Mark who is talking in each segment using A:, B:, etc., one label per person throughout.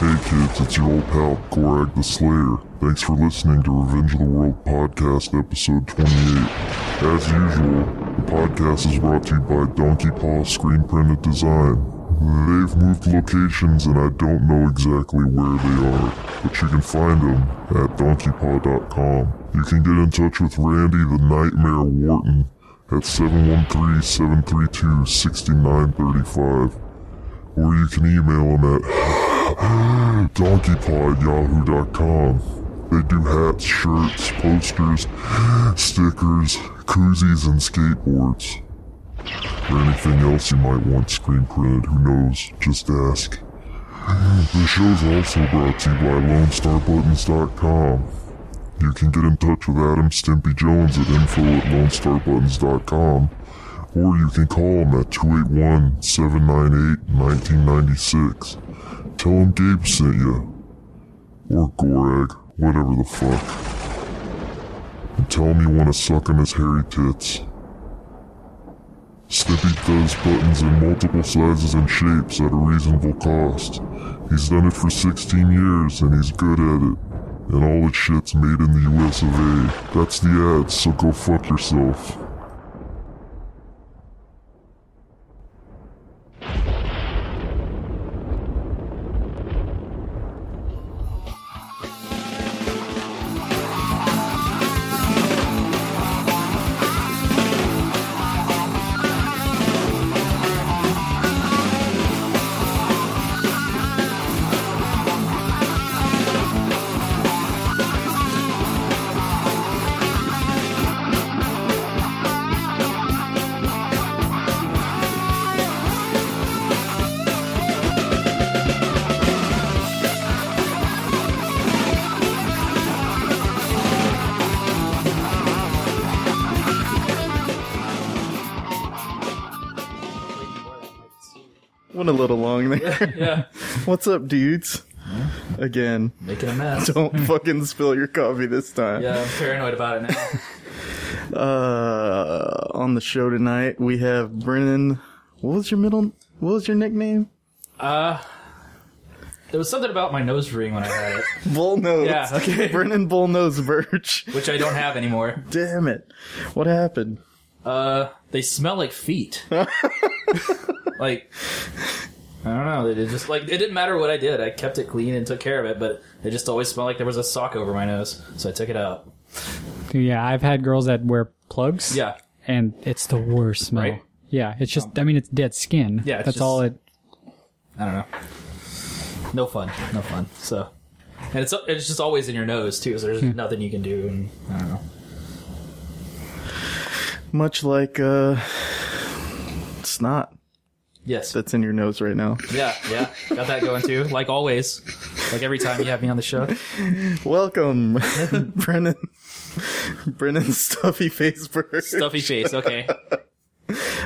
A: Hey kids, it's your old pal Gorag the Slayer. Thanks for listening to Revenge of the World Podcast, episode 28. As usual, the podcast is brought to you by Donkey Paw Screen Printed Design. They've moved locations and I don't know exactly where they are, but you can find them at donkeypaw.com. You can get in touch with Randy the Nightmare Wharton at 713-732-6935 or you can email him at donkeypod@yahoo.com. They do hats, shirts, posters, stickers, koozies, and skateboards. Or anything else you might want screen printed, who knows? Just ask. The show's also brought to you by LoneStarButtons.com. You can get in touch with Adam Stimpy Jones at info at LoneStarButtons.com, or you can call him at 281 798 1996. Tell him Gabe sent you. Or Gorag, whatever the fuck. And tell him you want to suck on his hairy tits. Snippy does buttons in multiple sizes and shapes at a reasonable cost. He's done it for 16 years and he's good at it. And all his shit's made in the US of A. That's the ad, so go fuck yourself.
B: Went a little long there.
C: Yeah,
B: What's up, dudes? Again,
C: making a mess.
B: don't fucking spill your coffee this time.
C: Yeah, I'm paranoid about it now.
B: Uh, on the show tonight, we have Brennan. What was your middle? What was your nickname?
C: Uh, There was something about my nose ring when I had it,
B: Bullnose.
C: Yeah, okay.
B: Brennan Bullnose Birch.
C: which I don't have anymore.
B: Damn it! What happened?
C: Uh, they smell like feet. like I don't know. They just like it didn't matter what I did. I kept it clean and took care of it, but it just always smelled like there was a sock over my nose. So I took it out.
D: Dude, Yeah, I've had girls that wear plugs.
C: Yeah,
D: And it's the worst smell.
C: Right?
D: Yeah, it's just, I mean, it's dead skin.
C: Yeah, it's
D: That's
C: just-
D: all it.
C: I don't know. No fun. No fun. So. And it's it's just always in your nose too. So there's nothing you can do. And I don't know.
B: Much like uh, snot
C: Yes.
B: that's in your nose right now.
C: Yeah. Yeah. Got that going too. Like always. Like every time you have me on the show.
B: Welcome, Brennan. Brennan Stuffy Face Birch.
C: Stuffy face. Okay.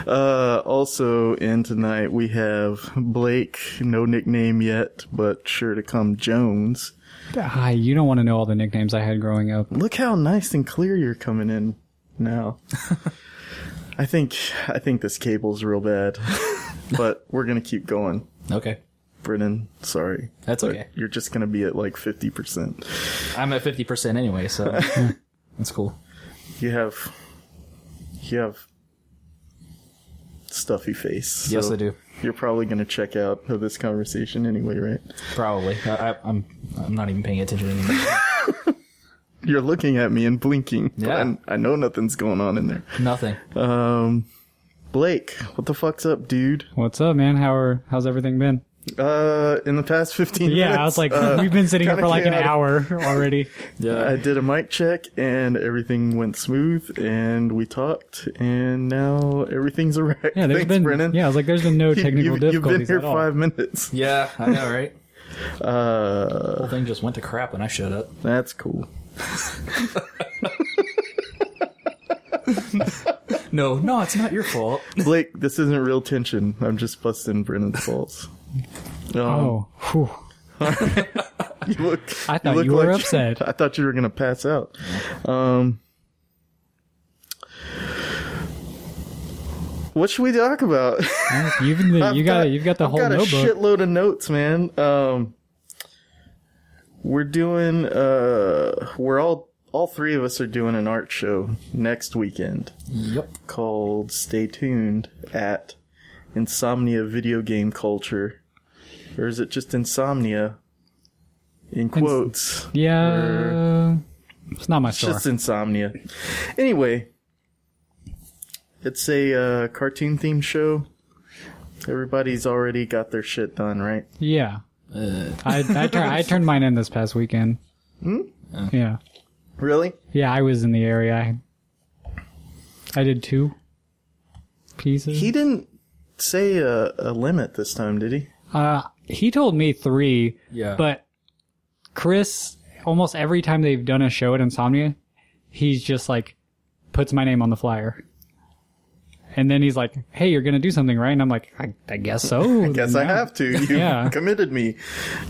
B: Uh, also in tonight we have Blake, no nickname yet, but sure to come Jones.
D: Ah, you don't want to know all the nicknames I had growing up.
B: Look how nice and clear you're coming in now. I think I think this cable's real bad, but we're gonna keep going.
C: Okay.
B: Brennan, sorry,
C: That's okay.
B: you're just gonna be at like fifty percent.
C: I'm at 50% anyway, so that's cool.
B: You have you have stuffy face. so
C: Yes, I do.
B: You're probably gonna check out of this conversation anyway, right?
C: Probably. I, I, I'm I'm not even paying attention anymore.
B: You're looking at me and blinking.
C: Yeah.
B: Yeah. I, I know nothing's going on in there.
C: Nothing.
B: Um, Blake, what the fuck's up, dude?
D: What's up, man? How are, how's everything been?
B: Uh, in the past 15 minutes.
D: Yeah, I was like,
B: uh,
D: we've been sitting here
B: kinda
D: for like an
B: chaotic.
D: hour already.
B: I did a mic check and everything went smooth and we talked and now everything's alright.
D: Yeah, there's
B: Thanks,
D: been,
B: Brennan.
D: yeah, I was like, there's been no
B: You-
D: technical
B: you've, you've
D: difficulties
B: been here
D: at all.
B: five minutes.
C: Yeah, I know, right?
B: Uh,
C: The whole thing just went to crap when I showed up.
B: that's cool.
C: No, no, it's not your fault.
B: Blake, this isn't real tension. I'm just busting Brennan's balls. Um,
D: Oh, whew.
B: you Um, look,
D: I thought you were
B: like
D: upset.
B: I thought you were gonna pass out. Um, what should we talk about?
D: You've, been-
B: I've
D: you got,
B: got-
D: you've got the
B: I've
D: whole
B: got a
D: notebook.
B: shitload of notes, man. Um, We're doing uh we're all all three of us are doing an art show next weekend
C: Yep.
B: called Stay Tuned at Insomnia Video Game Culture. Or is it just insomnia? In quotes.
D: Yeah. It's not my
B: It's
D: store.
B: just insomnia. Anyway, it's a uh, cartoon themed show. Everybody's already got their shit done, right?
D: yeah. I I, tur- I turned mine in this past weekend.
B: Hmm?
D: Yeah.
B: Really?
D: Yeah, I was in the area. I, I did two pieces.
B: He didn't say a, a limit this time, did he?
D: Uh, he told me three,
C: Yeah.
D: but Chris, almost every time they've done a show at Insomnia, he's just like, puts my name on the flyer. And then he's like, hey, you're going to do something, right? And I'm like, I, I guess so. I
B: Guess I have to. You
D: Yeah.
B: committed me.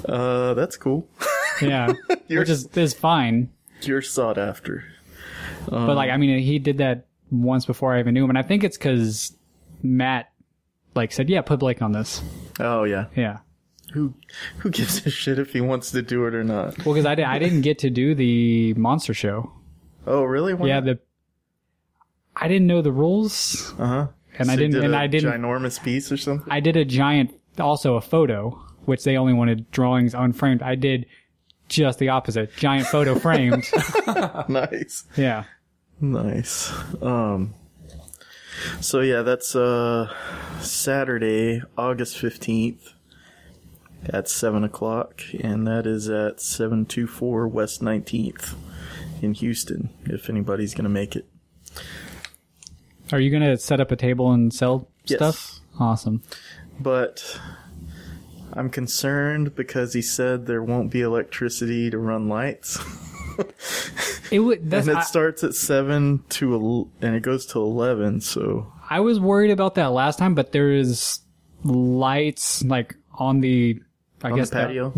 B: Uh, that's cool.
D: Yeah. Which is, is fine.
B: You're sought after.
D: but like, I mean, he did that once before I even knew him. And I think it's because Matt, like, said, yeah, put Blake on this.
B: Oh yeah.
D: Yeah.
B: Who who gives a shit if he wants to do it or not?
D: Well, because I, did, I didn't get to do the monster show.
B: Oh really? Why
D: Yeah,
B: not?
D: the I didn't know the rules,
B: uh-huh.
D: and I
B: So you
D: didn't,
B: did
D: and
B: a
D: I didn't.
B: ginormous piece or something.
D: I did a giant, also a photo, which they only wanted drawings unframed. I did just the opposite, giant photo framed.
B: nice.
D: Yeah,
B: Nice. Um So yeah, that's uh Saturday, August fifteenth at seven o'clock, and that is at seven two four West Nineteenth in Houston, if anybody's gonna make it.
D: are you gonna set up a table and sell
B: Yes.
D: stuff? Awesome.
B: But I'm concerned because he said there won't be electricity to run lights.
D: It would. That's,
B: and it
D: I-
B: starts at 7 to el- and it goes to 11, so
D: I was worried about that last time, but there is lights like on the, I
B: the
D: guess the-
B: patio?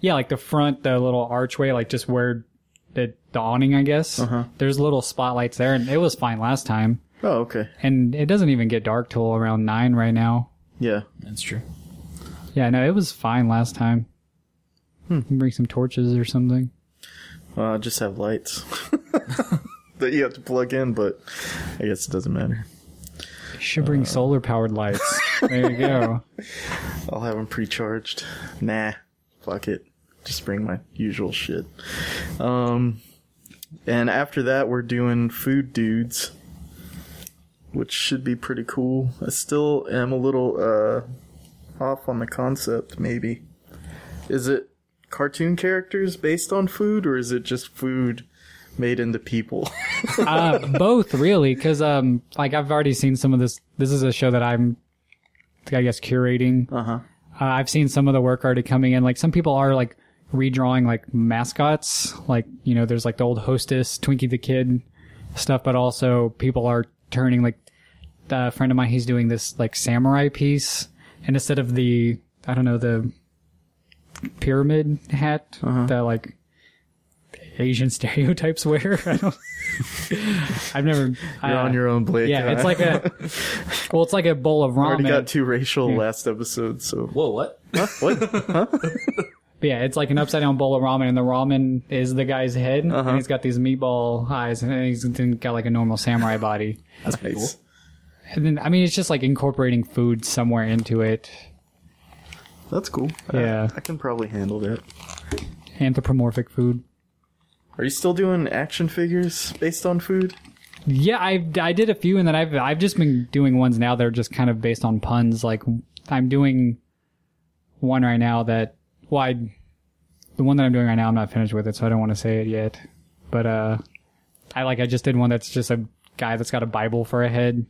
D: yeah, like the front, the little archway, like just where the the awning, I guess.
B: Uh-huh.
D: There's little spotlights there, and it was fine last time.
B: Oh, okay.
D: And it doesn't even get dark till around nine right now.
B: Yeah.
C: That's true.
D: Yeah, no, it was fine last time.
B: Hmm.
D: Bring some torches or something.
B: Uh, just have lights that you have to plug in, but I guess it doesn't matter.
D: Should
B: Uh.
D: bring solar powered lights. there you go.
B: I'll have them pre-charged. Nah, fuck it. Just bring my usual shit. Um, and after that, we're doing food dudes, which should be pretty cool. I still am a little uh off on the concept. Maybe is it cartoon characters based on food, or is it just food made into people?
D: uh, both really because um like i've already seen some of this this is a show that i'm i guess curating uh-huh i've seen some of the work already coming in like some people are like redrawing like mascots like you know there's like the old hostess twinkie the kid stuff but also people are turning like a friend of mine he's doing this like samurai piece and instead of the i don't know the pyramid hat
B: Uh-huh.
D: that like asian stereotypes wear i don't i've never uh,
B: You're on your own, Blake.
D: yeah, it's like a well, it's like a bowl of
B: already
D: ramen.
B: got two
D: Hmm.
B: racial last episode. So
C: Whoa, what?
B: what?
D: But yeah, it's like an upside down bowl of ramen, and the ramen is the guy's head, and he's got these meatball eyes, and he's got like a normal samurai body.
C: That's pretty
B: Nice.
C: cool.
D: And then, I mean, it's just like incorporating food somewhere into it.
B: That's cool.
D: Yeah.
B: I, I can probably handle that.
D: Anthropomorphic food.
B: Are you still doing action figures based on food?
D: Yeah, I I did a few, and then I've I've just been doing ones now that are just kind of based on puns. Like I'm doing one right now that well, I, the one that I'm doing right now, I'm not finished with it, so I don't want to say it yet. But uh, I like I just did one that's just a guy that's got a Bible for a head,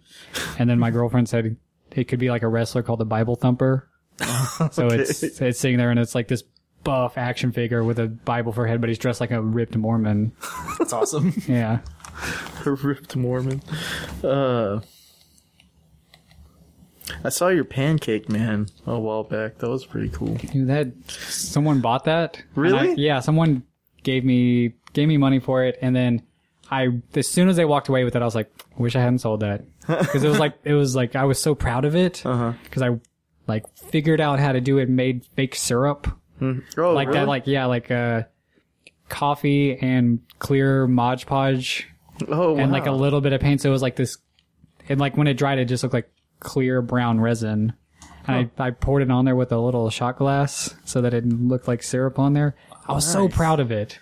D: and then my girlfriend said it could be like a wrestler called the Bible Thumper. so it's it's sitting there, and it's like this buff action figure with a Bible for a head, but he's dressed like a ripped Mormon.
C: That's awesome.
D: Yeah.
B: A ripped Mormon. Uh, I saw your pancake man a while back. That was pretty cool.
D: Dude, that someone bought that. And
B: Really?
D: I- yeah, someone gave me gave me money for it, and then I as soon as they walked away with it, I was like, I wish I hadn't sold that because it was like it was like I
B: Uh-huh.
D: was so proud of it because I like figured out how to do it, made fake syrup
B: Oh,
D: like
B: really?
D: that like yeah like uh coffee and clear mod podge
B: oh,
D: and
B: wow.
D: like a little bit of paint so it was like this and like when it dried it just looked like clear brown resin and I, I poured it on there with a little shot glass so that it looked like syrup on there i was so
B: Nice.
D: proud of it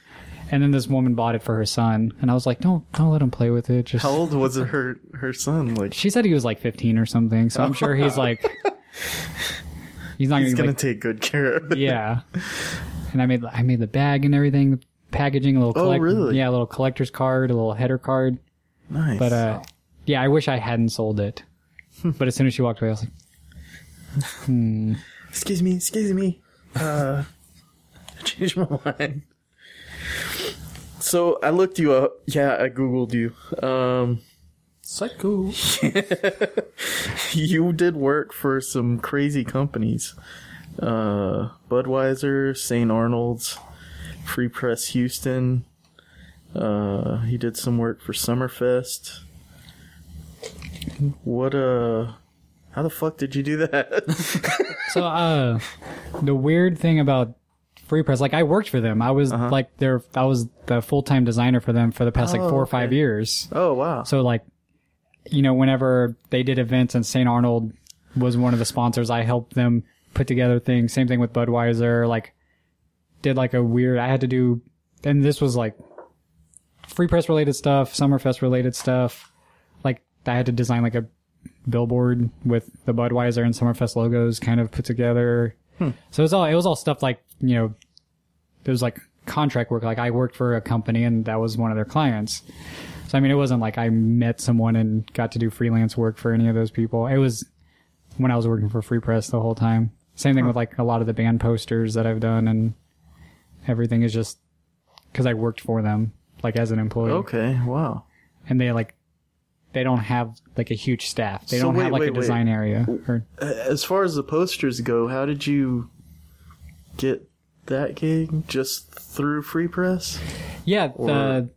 D: and then this woman bought it for her son and i was like don't don't let him play with it just
B: How old was it her her son? Like
D: she said he was like 15 or something so i'm sure he's like he's not
B: he's
D: gonna, be
B: gonna
D: like,
B: take good care of it.
D: yeah. And I made I made the bag and everything, the packaging, a little
B: Oh,
D: collect-
B: really?
D: yeah, a little collector's card, a little header card.
B: Nice.
D: But uh, yeah, I wish I hadn't sold it. but as soon as she walked away, I was like,
B: excuse me, excuse me. Uh, I changed my mind. So I looked you up. Yeah, I googled you. Um,
C: Psycho.
B: you did work for some crazy companies. Uh, Budweiser, St. Arnold's, Free Press Houston. Uh, he did some work for Summerfest. What, uh, how the fuck did you do that?
D: so uh, the weird thing about Free Press, like I worked for them. I was
B: Uh-huh.
D: like their I was the full time designer for them for the past like
B: Oh,
D: four or
B: okay.
D: five years.
B: oh, wow.
D: So like, you know, whenever they did events and St. Arnold was one of the sponsors, I helped them put together things. Same thing with Budweiser. Like, did like a weird. I had to do, and this was like free press related stuff, Summerfest related stuff. Like, I had to design like a billboard with the Budweiser and Summerfest logos kind of put together. So it was all it was all stuff like you know, it was like contract work. Like I worked for a company and that was one of their clients. So I mean, it wasn't like I met someone and got to do freelance work for any of those people. It was when I was working for Free Press the whole time. Same thing with like a lot of the band posters that I've done and everything is just because I worked for them like as an employee
B: Okay, wow.
D: and they like they don't have like a huge staff. They
B: So
D: don't
B: wait,
D: have like
B: wait,
D: a
B: wait.
D: design area or
B: As far as the posters go, how did you get that gig? Just through Free Press?
D: yeah. The,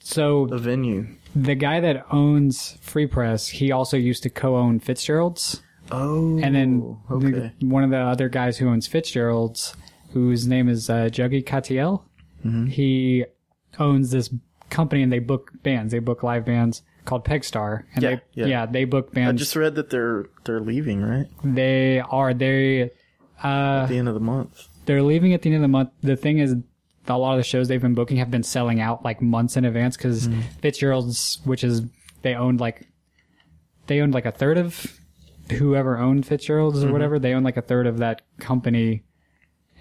D: so
B: A venue.
D: the guy that owns Free Press, he also used to co-own Fitzgerald's.
B: Oh.
D: And then the-
B: okay.
D: one of the other guys who owns Fitzgerald's, whose name is uh, Juggy Catiel,
B: Mm-hmm.
D: he owns this company and they book bands. They book live bands called Pegstar. And
B: Yeah,
D: they,
B: yeah.
D: they book
B: I
D: bands.
B: just read that they're they're leaving, right?
D: they are they uh,
B: At the end of the month.
D: they're leaving at the end of the month. The thing is, a lot of the shows they've been booking have been selling out like months in advance because
B: Hmm.
D: Fitzgerald's, which is they owned like they owned like a third of whoever owned Fitzgerald's
B: Hmm.
D: or whatever. They own like a third of that company,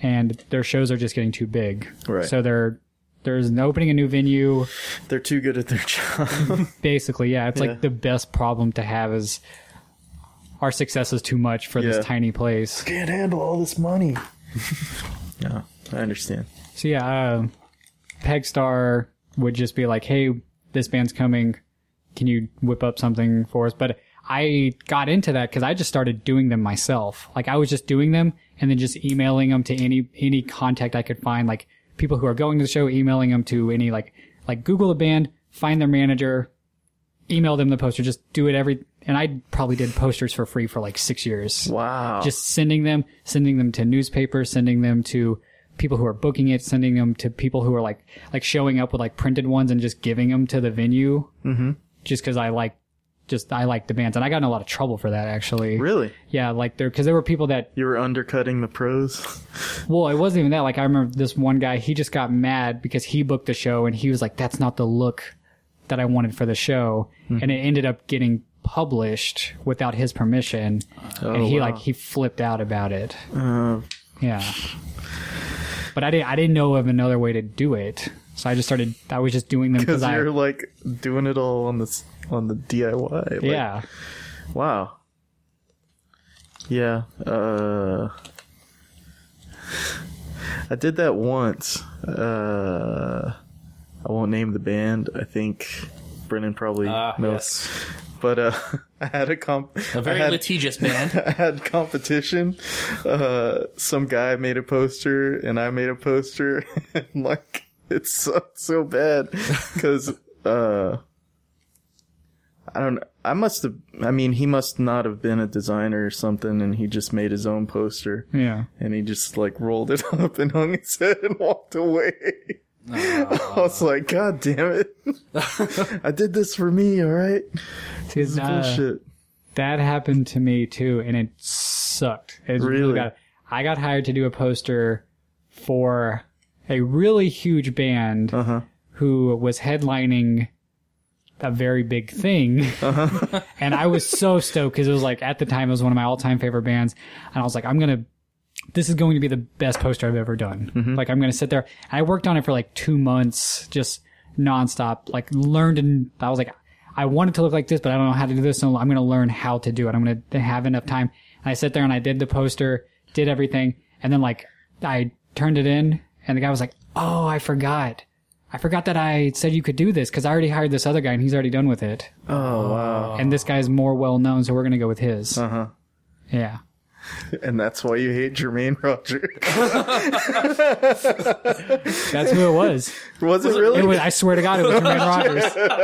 D: and their shows are just getting too big.
B: Right.
D: So they're there's an opening a new venue
B: They're too good at their job.
D: basically yeah it's
B: Yeah.
D: like the best problem to have is our success is too much for
B: Yeah.
D: this tiny place
B: Can't handle all this money. yeah, I understand.
D: So yeah, uh, Pegstar would just be like, "Hey, this band's coming. Can you whip up something for us?" But I got into that because I just started doing them myself. Like I was just doing them and then just emailing them to any any contact I could find, like people who are going to the show, emailing them to any like like Google a band, find their manager, email them the poster, just do it every. And I probably did posters for free for like six years
B: Wow.
D: just sending them, sending them to newspapers, sending them to people who are booking it, sending them to people who are like like showing up with like printed ones and just giving them to the venue. Mm-hmm. Just because I like, just I like the bands, and I got in a lot of trouble for that actually.
B: really?
D: Yeah, like there because there were people that
B: You were undercutting the pros?
D: well, it wasn't even that. Like I remember this one guy, he just got mad because he booked the show and he was like, "That's not the look that I wanted for the show,"
B: Hmm.
D: and it ended up getting published without his permission,
B: Oh,
D: and he like he flipped out about it.
B: Uh,
D: Yeah. But I didn't. I didn't know of another way to do it, so I just started. I was just doing them
B: Because
D: because I.
B: you're like doing it all on this on the DIY. Like,
D: yeah.
B: Wow. Yeah. Uh, I did that once. Uh, I won't name the band. I think Brennan probably
C: Ah,
B: knows.
C: yes.
B: But uh, I had a comp.
C: A very
B: I had,
C: litigious band.
B: I had competition. Uh, some guy made a poster, and I made a poster, and like it sucked so bad because uh, I don't. I must have. I mean, he must not have been a designer or something, and he just made his own poster,
D: Yeah.
B: and he just like rolled it up and hung his head and walked away. I was like, God damn it! I did this for me, all right?
D: See,
B: This is
D: uh,
B: bullshit.
D: that happened to me too, and it sucked. It
B: Really?
D: got, I got hired to do a poster for a really huge band
B: Uh huh.
D: who was headlining a very big thing. and I was so stoked because it was like, at the time, it was one of my all time favorite bands. And I was like, I'm going to, this is going to be the best poster I've ever done.
B: Mm-hmm.
D: Like, I'm going to sit there. I worked on it for like two months, just nonstop, like learned. And I was like, I want it to look like this, but I don't know how to do this. So I'm going to learn how to do it. I'm going to have enough time. And I sat there and I did the poster, did everything. And then like, I turned it in and the guy was like, Oh, I forgot. I forgot that I said you could do this because I already hired this other guy and he's already done with it.
B: Oh wow.
D: And this guy's more well known, so we're gonna go with his.
B: Uh huh.
D: Yeah.
B: And that's why you hate Jermaine Roger.
D: That's who it was.
B: was it really?
D: It was I swear to God it was Jermaine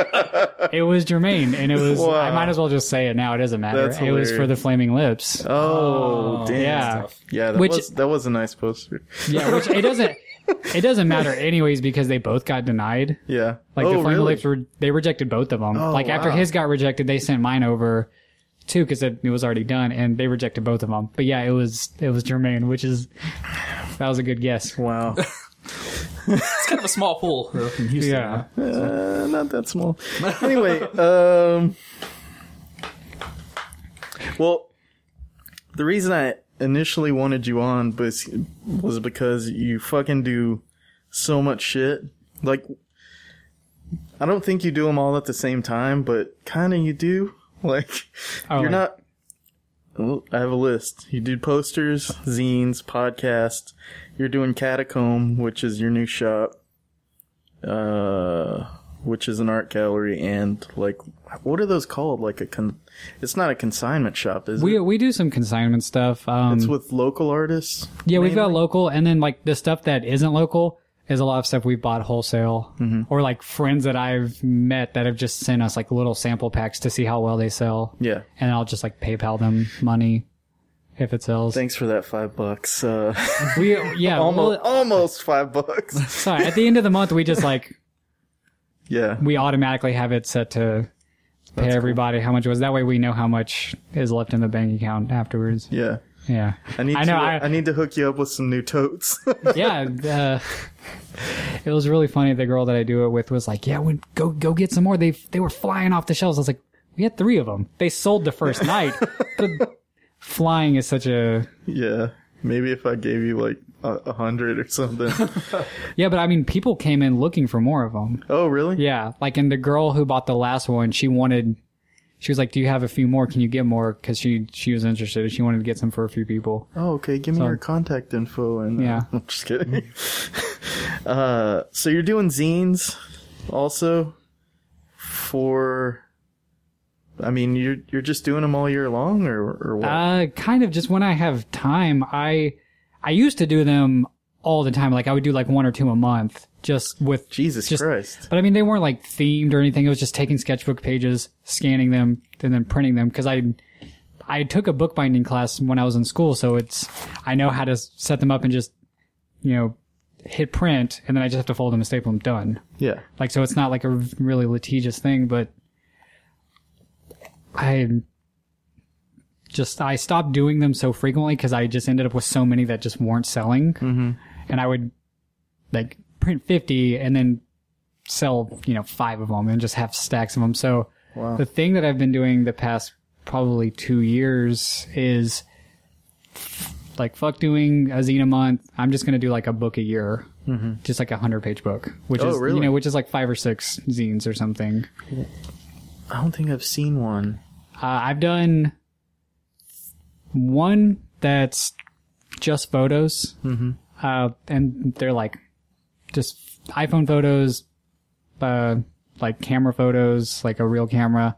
D: Rogers. It was Jermaine and it was
B: Wow.
D: I might as well just say it now, it doesn't matter.
B: That's
D: it was for
B: hilarious.
D: the flaming lips.
B: oh, damn.
D: yeah.
B: Yeah, that
D: Which-
B: was that was a nice poster.
D: Yeah, which it doesn't it doesn't matter anyways because they both got denied.
B: Yeah.
D: Like
B: oh,
D: the flaming
B: really?
D: lips were they rejected both of them.
B: Oh,
D: like after
B: wow.
D: his got rejected, they sent mine over too because it, it was already done and they rejected both of them. But yeah, it was it was Jermaine, which is that was a good guess.
B: Wow.
C: It's kind of a small pool though, in Houston.
D: Yeah.
B: Uh, not that small. Anyway, um, well, the reason I initially wanted you on was was because you fucking do so much shit. Like, I don't think you do them all at the same time, but kind of you do. Like,
D: Oh,
B: you're
D: like-
B: not. Oh, I have a list. You do posters, zines, podcasts. You're doing Catacomb, which is your new shop, uh, which is an art gallery, and like, what are those called? Like a con. It's not a consignment shop, is
D: We
B: it?
D: we do some consignment stuff. Um,
B: It's with local artists.
D: yeah, we've got
B: mainly?
D: local, and then like the stuff that isn't local is a lot of stuff we bought wholesale,
B: Mm-hmm.
D: or like friends that I've met that have just sent us like little sample packs to see how well they sell,
B: Yeah.
D: and I'll just like PayPal them money if it sells.
B: Thanks for that five bucks. Uh,
D: we yeah,
B: almost,
D: well,
B: almost five bucks.
D: sorry. At the end of the month, we just like
B: Yeah.
D: we automatically have it set to pay everybody how much it was. That way, we know how much is left in the bank account afterwards.
B: Yeah.
D: Yeah,
B: I need
D: I
B: to,
D: know,
B: I,
D: I-
B: need to hook you up with some new totes.
D: yeah, uh, it was really funny. The girl that I do it with was like, "Yeah, we, go go get some more." They they were flying off the shelves. I was like, "We had three of them. They sold the first night." The- flying is such a
B: yeah. Maybe if I gave you like a a hundred or something.
D: yeah, but I mean, people came in looking for more of them.
B: oh, really?
D: Yeah, like and the girl who bought the last one, she wanted. She was like, "Do you have a few more? Can you get more?" Because she she was interested. She wanted to get some for a few people.
B: Oh, okay. Give me your contact info and uh,
D: Yeah.
B: I'm just kidding. uh, so you're doing zines also for. I mean, you're you're just doing them all year long, or or what?
D: Uh, kind of just when I have time. I I used to do them all the time. Like I would do like one or two a month, just with
B: Jesus
D: just-
B: Christ!
D: But I mean, they weren't like themed or anything. It was just taking sketchbook pages, scanning them, and then printing them. Because I I took a bookbinding class when I was in school, so it's I know how to s- set them up and just you know hit print, and then I just have to fold them and staple them. Done.
B: Yeah,
D: Like, so it's not like a really litigious thing, but I just, I stopped doing them so frequently because I just ended up with so many that just weren't selling. Mm-hmm. And I would like print 50 and then sell, you know, five of them and just have stacks of them. So the thing that I've been doing the past probably two years is like, fuck doing a zine a month. I'm just going to do like a book a year just like a hundred page book, which
B: Mm-hmm. Oh,
D: is
B: really?
D: you know, which is like five or six zines or something.
B: I don't think I've seen one.
D: Uh, I've done one that's just photos, mm-hmm. uh, and they're like just iPhone photos, uh, like camera photos, like a real camera.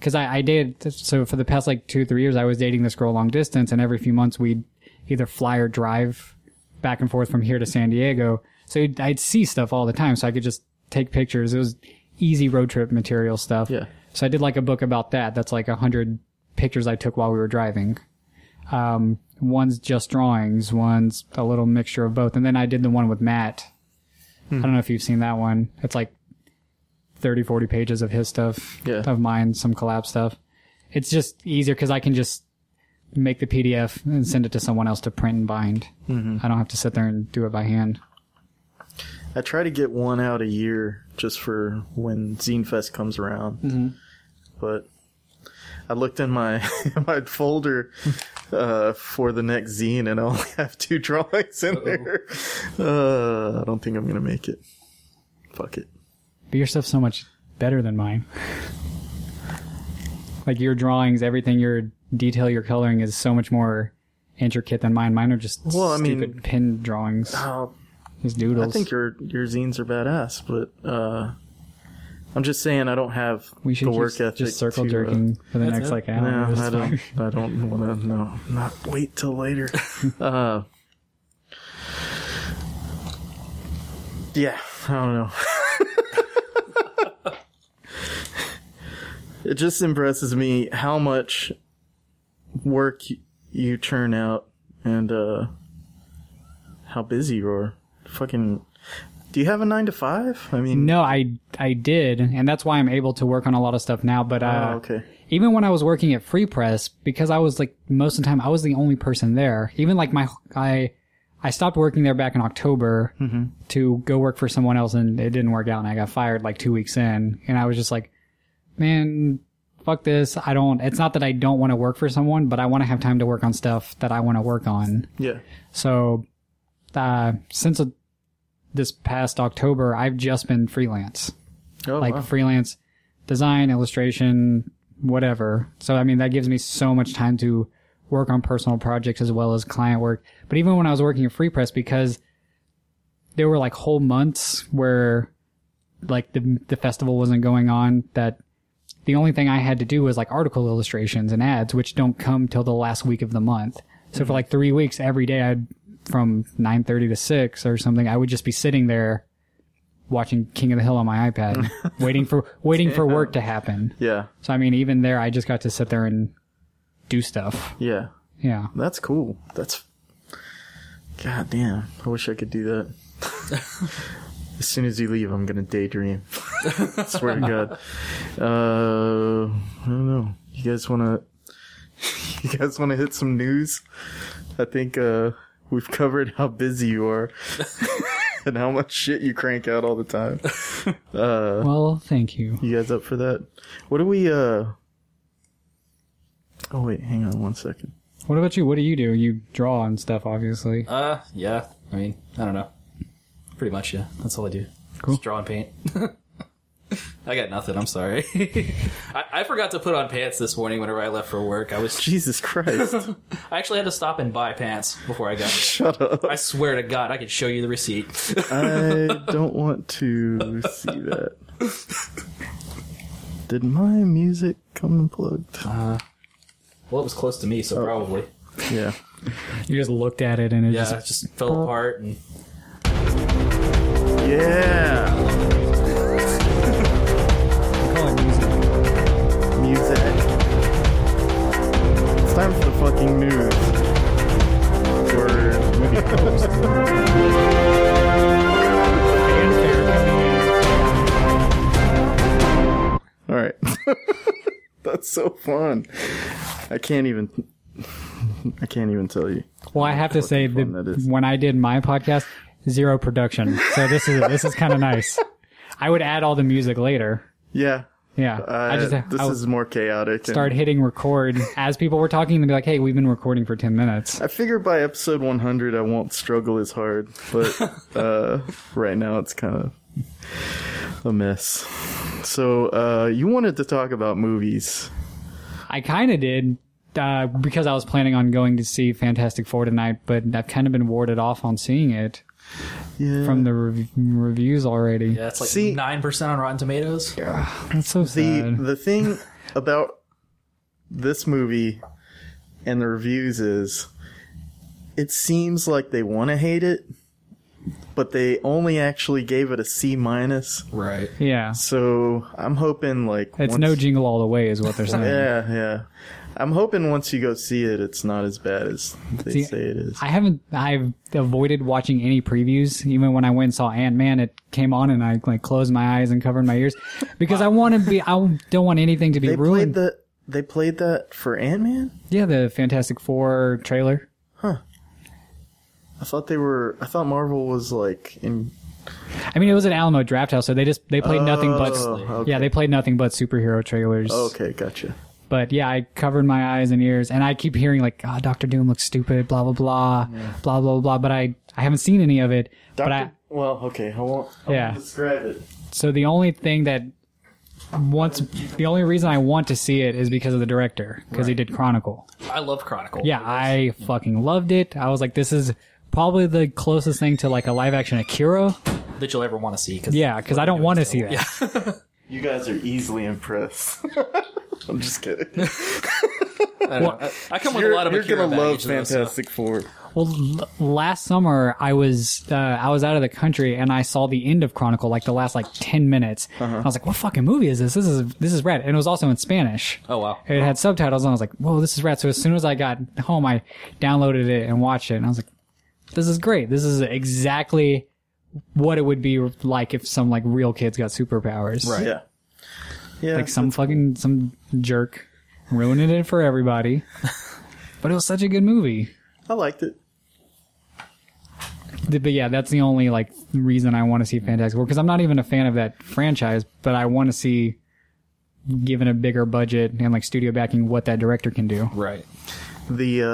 D: Because I, I dated so for the past like two three years, I was dating this girl long distance, and every few months we'd either fly or drive back and forth from here to San Diego. So I'd, I'd see stuff all the time, so I could just take pictures. It was easy road trip material stuff.
B: Yeah.
D: So I did like a book about that. That's like a hundred pictures I took while we were driving. Um, one's just drawings. One's a little mixture of both. And then I did the one with Matt. I don't know if you've seen that one. It's like 30, 40 pages of his stuff,
B: Yeah.
D: of mine, some collab stuff. It's just easier because I can just make the PDF and send it to someone else to print and bind.
B: Mm-hmm.
D: I don't have to sit there and do it by hand.
B: I try to get one out a year just for when Zine Fest comes around.
D: Mm-hmm.
B: But I looked in my my folder uh, for the next zine, and I only have two drawings in there. Uh, I don't think I'm gonna make it. Fuck it.
D: But your stuff's so much better than mine. like your drawings, everything, your detail, your coloring is so much more intricate than mine. Mine are just
B: Well, I mean-
D: stupid pin drawings,
B: Oh,
D: just
B: I
D: doodles.
B: think your your zines are badass, but uh, I'm just saying I don't have
D: we should
B: the work
D: just,
B: ethic.
D: just circle
B: to, uh,
D: jerking for the
C: That's
D: next
C: it.
D: like hour.
B: No,
D: It's
B: I don't.
D: fine.
B: I don't want to. No, not wait till later. uh, yeah, I don't know. it just impresses me how much work y- you turn out and uh, how busy you are. Fucking. Do you have a nine to five? I mean,
D: No, I I did, and that's why I'm able to work on a lot of stuff now. But uh,
B: Oh, okay.
D: even when I was working at Free Press, because I was like most of the time I was the only person there. Even like my I I stopped working there back in October
B: Mm-hmm.
D: to go work for someone else, and it didn't work out, and I got fired like two weeks in, and I was just like, man, fuck this. I don't. It's not that I don't want to work for someone, but I want to have time to work on stuff that I want to work on.
B: Yeah.
D: So uh, since uh, this past October, I've just been freelance
B: Oh,
D: like
B: wow.
D: freelance design, illustration, whatever. So I mean that gives me so much time to work on personal projects as well as client work. But even when I was working at Free Press because there were like whole months where like the the festival wasn't going on that the only thing I had to do was like article illustrations and ads which don't come till the last week of the month.
B: Mm-hmm.
D: So for like 3 weeks every day I'd from 9:30 to 6 or something I would just be sitting there watching King of the Hill on my iPad, waiting for waiting for work to happen.
B: yeah.
D: So I mean, even there, I just got to sit there and do stuff.
B: Yeah.
D: Yeah,
B: That's cool. That's God damn. I wish I could do that. as soon as you leave, I'm gonna daydream. Swear to God. Uh, I don't know. You guys wanna? You guys wanna hit some news? I think uh, we've covered how busy you are and how much shit you crank out all the time.
D: well, thank you.
B: You guys up for that? What do we? uh Oh wait, hang on one second.
D: What about you? What do you do? You draw and stuff, obviously.
C: Uh, yeah. I mean, I don't know. Pretty much, yeah. That's all I do. Just draw and paint. I got nothing. I'm sorry. I, I forgot to put on pants this morning whenever I left for work. I was.
B: Jesus Christ!
C: I actually had to stop and buy pants before I got here.
B: Shut up.
C: I swear to God, I could show you the receipt.
B: I don't want to see that. Did my music come unplugged?
C: well, it was close to me, so
B: Oh.
C: probably.
B: Yeah.
D: You just looked at it and it
C: Yeah,
D: just
C: it just fell
B: Oh.
C: apart and
B: Yeah.
D: color music.
B: Music. It's time for the fucking news. Or movie post. All right. That's so fun. I can't even. I can't even tell you.
D: Well, I have to say
B: fun that
D: that
B: is.
D: when I did my podcast, zero production. So this is this is kind of nice. I would add all the music later.
B: Yeah.
D: Yeah,
B: Uh,
D: I just
B: this
D: I would
B: is more chaotic. and-
D: start hitting record as people were talking and be like, "Hey, we've been recording for ten minutes."
B: I figure by episode 100 I won't struggle as hard, but uh, right now it's kind of a mess. So uh, you wanted to talk about movies.
D: I kind of did uh, because I was planning on going to see Fantastic Four tonight, but I've kind of been warded off on seeing it
B: Yeah.
D: from the rev- reviews already.
C: yeah, it's
B: See-
C: like nine percent on Rotten Tomatoes.
D: That's so
B: the
D: sad.
B: the thing about this movie and the reviews is it seems like they want to hate it, but they only actually gave it a C minus.
C: Right.
D: Yeah.
B: So I'm hoping like
D: It's
B: once-
D: no jingle all the way, is what they're saying.
B: Yeah, yeah. I'm hoping once you go see it, it's not as bad as they
D: See,
B: say it is.
D: I haven't. I've avoided watching any previews. Even when I went and saw Ant Man, it came on and I like closed my eyes and covered my ears because I want to be. I don't want anything to be
B: They played
D: ruined.
B: the they played that for Ant Man.
D: yeah, the Fantastic Four trailer.
B: I thought they were. I thought Marvel was like in.
D: I mean, it was at Alamo Draft House, so they just they played nothing but.
B: Oh, okay.
D: Yeah, they played nothing but superhero trailers.
B: oh, Okay, gotcha.
D: But yeah, I covered my eyes and ears, and I keep hearing like, "God, Doctor Doom looks stupid," blah blah blah, blah blah blah. But I I haven't seen any of it. But I,
B: Doctor- well, okay. I won't. I
D: Yeah.
B: won't describe it.
D: So the only thing that once the only reason I want to see it is because of the director because he did Chronicle.
C: I love Chronicle.
D: Yeah, I fucking loved it. I was like, this is probably the closest thing to like a live action Akira.
C: that you'll ever want to see. Cause
D: Yeah, because I don't want to see that.
B: You guys are easily impressed. I'm just kidding.
C: I, don't know. I- I come with a
B: You're-
C: lot of
B: you're
C: Akira
B: gonna love
C: baggage though, so-
B: Fantastic Four.
D: Well, l- last summer I was uh, I was out of the country and I saw the end of Chronicle, like the last like ten minutes. I was like, what fucking movie is this? This is this is rad, and it was also in Spanish.
C: Oh wow.
D: It had subtitles, and I was like, "Whoa, this is rad!" So as soon as I got home, I downloaded it and watched it, and I was like, "This is great. This is exactly what it would be like if some like real kids got superpowers.
C: Right.
B: Yeah. Yeah.
D: Like some fucking some jerk ruining it for everybody." but it was such a good movie.
B: I liked it.
D: Th- But yeah, that's the only like reason I want to see Fantastic Four because I'm not even a fan of that franchise, but I want to see given a bigger budget and like studio backing what that director can do.
C: Right.
B: The uh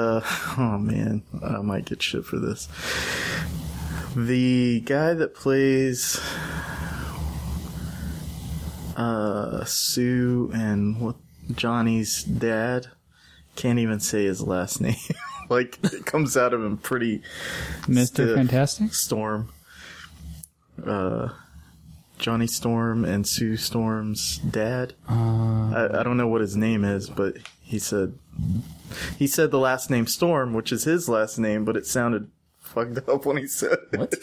B: oh man, I might get shit for this. The guy that plays uh Sue and what Johnny's dad can't even say his last name. like it comes out of him pretty
D: Mr.
B: stiff.
D: Fantastic.
B: Storm. Uh Johnny Storm and Sue Storm's dad.
C: Uh,
B: I, I don't know what his name is, but he said he said the last name Storm, which is his last name, but it sounded fucked up when he said it.
C: What?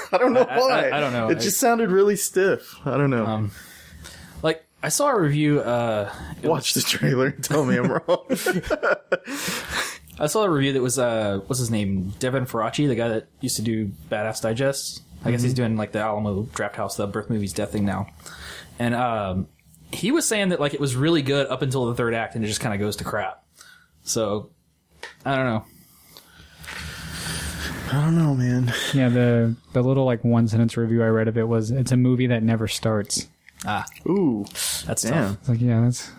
B: I don't know
C: I- I-
B: why.
C: I don't know.
B: It just sounded really stiff. I don't know.
C: Um, Like I saw a review. Uh, it
B: Watch the trailer and tell me I'm wrong.
C: I saw a review that was uh, what's his name, Devin Faraci, the guy that used to do Badass Digest. I guess he's doing like the Alamo Draft House, the Birth Movies Death thing now, and um, he was saying that like it was really good up until the third act, and it just kind of goes to crap. So I don't know.
B: I don't know, man.
D: Yeah, the the little like one sentence review I read of it was it's a movie that never starts.
C: Ah,
B: Ooh,
C: that's
B: damn.
C: tough.
D: It's like yeah, that's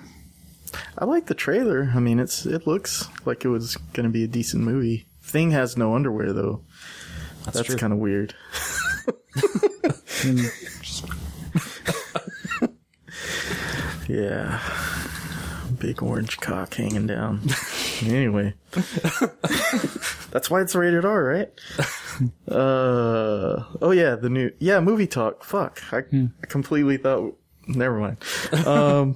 B: I like the trailer. I mean, it's it looks like it was going to be a decent movie. Thing has no underwear though.
C: That's,
B: That's
C: true.
B: kind of weird. Yeah. Big orange cock hanging down. anyway. That's why it's rated R, right? Uh oh yeah, the new yeah, movie talk. Fuck. I,
C: Hmm.
B: I completely thought never mind. Um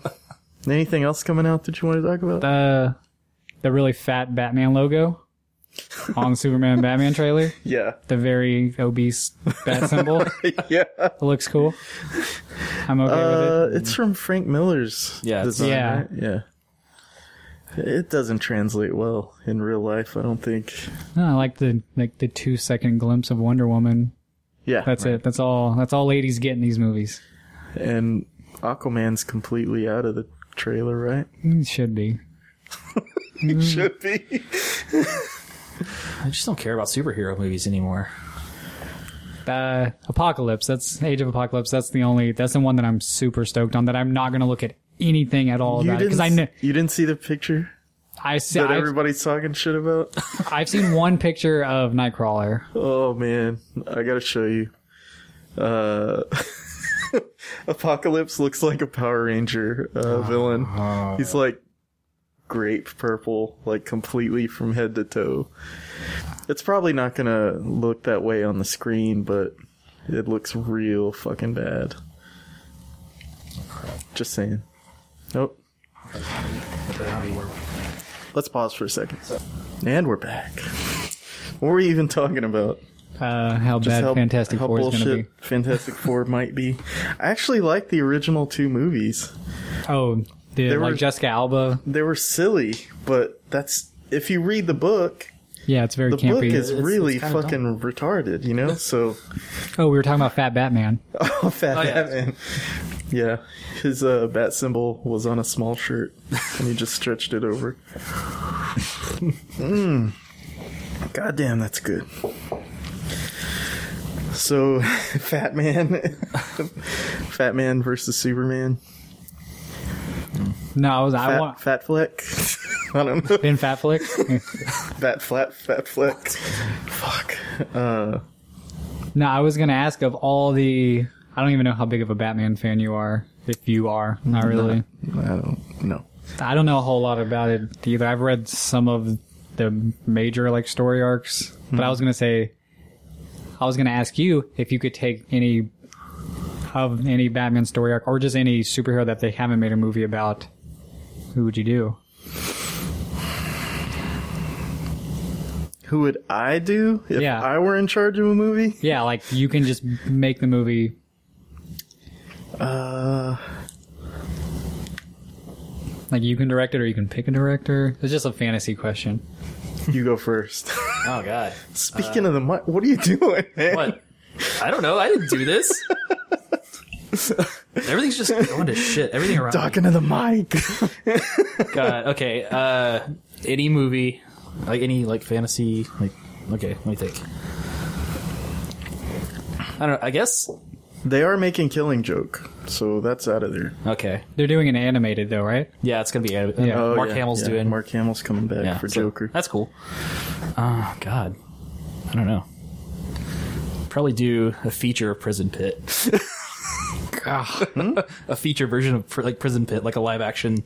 B: anything else coming out that you want to talk about?
D: the the really fat Batman logo on the Superman and Batman trailer.
B: yeah.
D: The very obese bat symbol.
B: Yeah.
D: It looks cool. I'm okay
B: Uh,
D: with it.
B: it's from Frank Miller's
C: Yeah, it's-
B: design,
D: Yeah.
B: right? Yeah. It doesn't translate well in real life, I don't think.
D: No, I like the like the two second glimpse of Wonder Woman.
B: Yeah.
D: That's it. That's all. That's all ladies get in these movies.
B: And Aquaman's completely out of the trailer, right?
D: It should be.
B: Should be.
C: I just don't care about superhero movies anymore.
D: Uh, Apocalypse. That's Age of Apocalypse. That's the only. That's the one that I'm super stoked on. That I'm not gonna look at anything at all
B: You
D: about because
B: didn't,
D: I kn-
B: you didn't see the picture
D: I see,
B: that
D: I've,
B: everybody's talking shit about?
D: I've seen one picture of Nightcrawler.
B: Oh, man. I gotta show you. Uh. Apocalypse looks like a Power Ranger uh, villain. He's like grape purple, like completely from head to toe. It's probably not gonna look that way on the screen, but it looks real fucking bad. Just saying. Nope. Let's pause for a second. And we're back. What were you even talking about?
D: Uh, uh, how
B: Just
D: bad
B: how-
D: Fantastic
B: how
D: Four is going to
B: bullshit
D: be.
B: Fantastic Four might be. I actually like the original two movies.
D: Oh, the,
B: There
D: like
B: were-
D: Jessica Alba.
B: They were silly, but that's if you read the book,
D: Yeah, it's very
B: the book
D: campy.
B: is
C: It's-
B: really
C: it's kinda
B: fucking retarded, you know? So
D: oh, we were talking about Fat Batman.
B: oh, fat
C: Oh, yeah.
B: Batman. Yeah. His uh, bat symbol was on a small shirt and he just stretched it over. mm. God damn, that's good. So Fat Man Fat Man versus Superman.
D: No, I was I
B: Fat,
D: want
B: fat Fleck. I don't know.
D: in Fat Flick.
B: Fat flat, fat fleck. Fuck. Uh,
D: no, I was going to ask of all the. I don't even know how big of a Batman fan you are. If you are, not really.
B: I don't know.
D: I don't know a whole lot about it either. I've read some of the major like story arcs, but I was gonna say, I was gonna ask you if you could take any of any Batman story arc or just any superhero that they haven't made a movie about. Who would you do?
B: Who would I do if
D: Yeah.
B: I were in charge of a movie?
D: Yeah, like you can just make the movie.
B: Uh,
D: Like you can direct it, or you can pick a director. It's just a fantasy question.
B: you go first.
C: Oh God.
B: Speaking of the mic, what are you doing? Man?
C: What? I don't know. I didn't do this. Everything's just going to shit. Everything around. me.
B: Talking to the mic.
C: God. Okay. Uh, any movie, like any like fantasy, like okay, let me think. I don't. know. I guess.
B: they are making Killing Joke, so that's out of there.
C: Okay.
D: They're doing an animated though, right?
C: Yeah, it's gonna be. Uh,
D: Yeah.
B: Oh,
C: Mark
B: yeah,
C: Hamill's
B: yeah.
C: doing.
B: Mark Hamill's coming back
C: yeah,
B: for
C: so
B: Joker.
C: That's cool. Oh God. I don't know. Probably do a feature of Prison Pit.
B: Ah, hmm?
C: a feature version of pr- like Prison Pit, like a live action.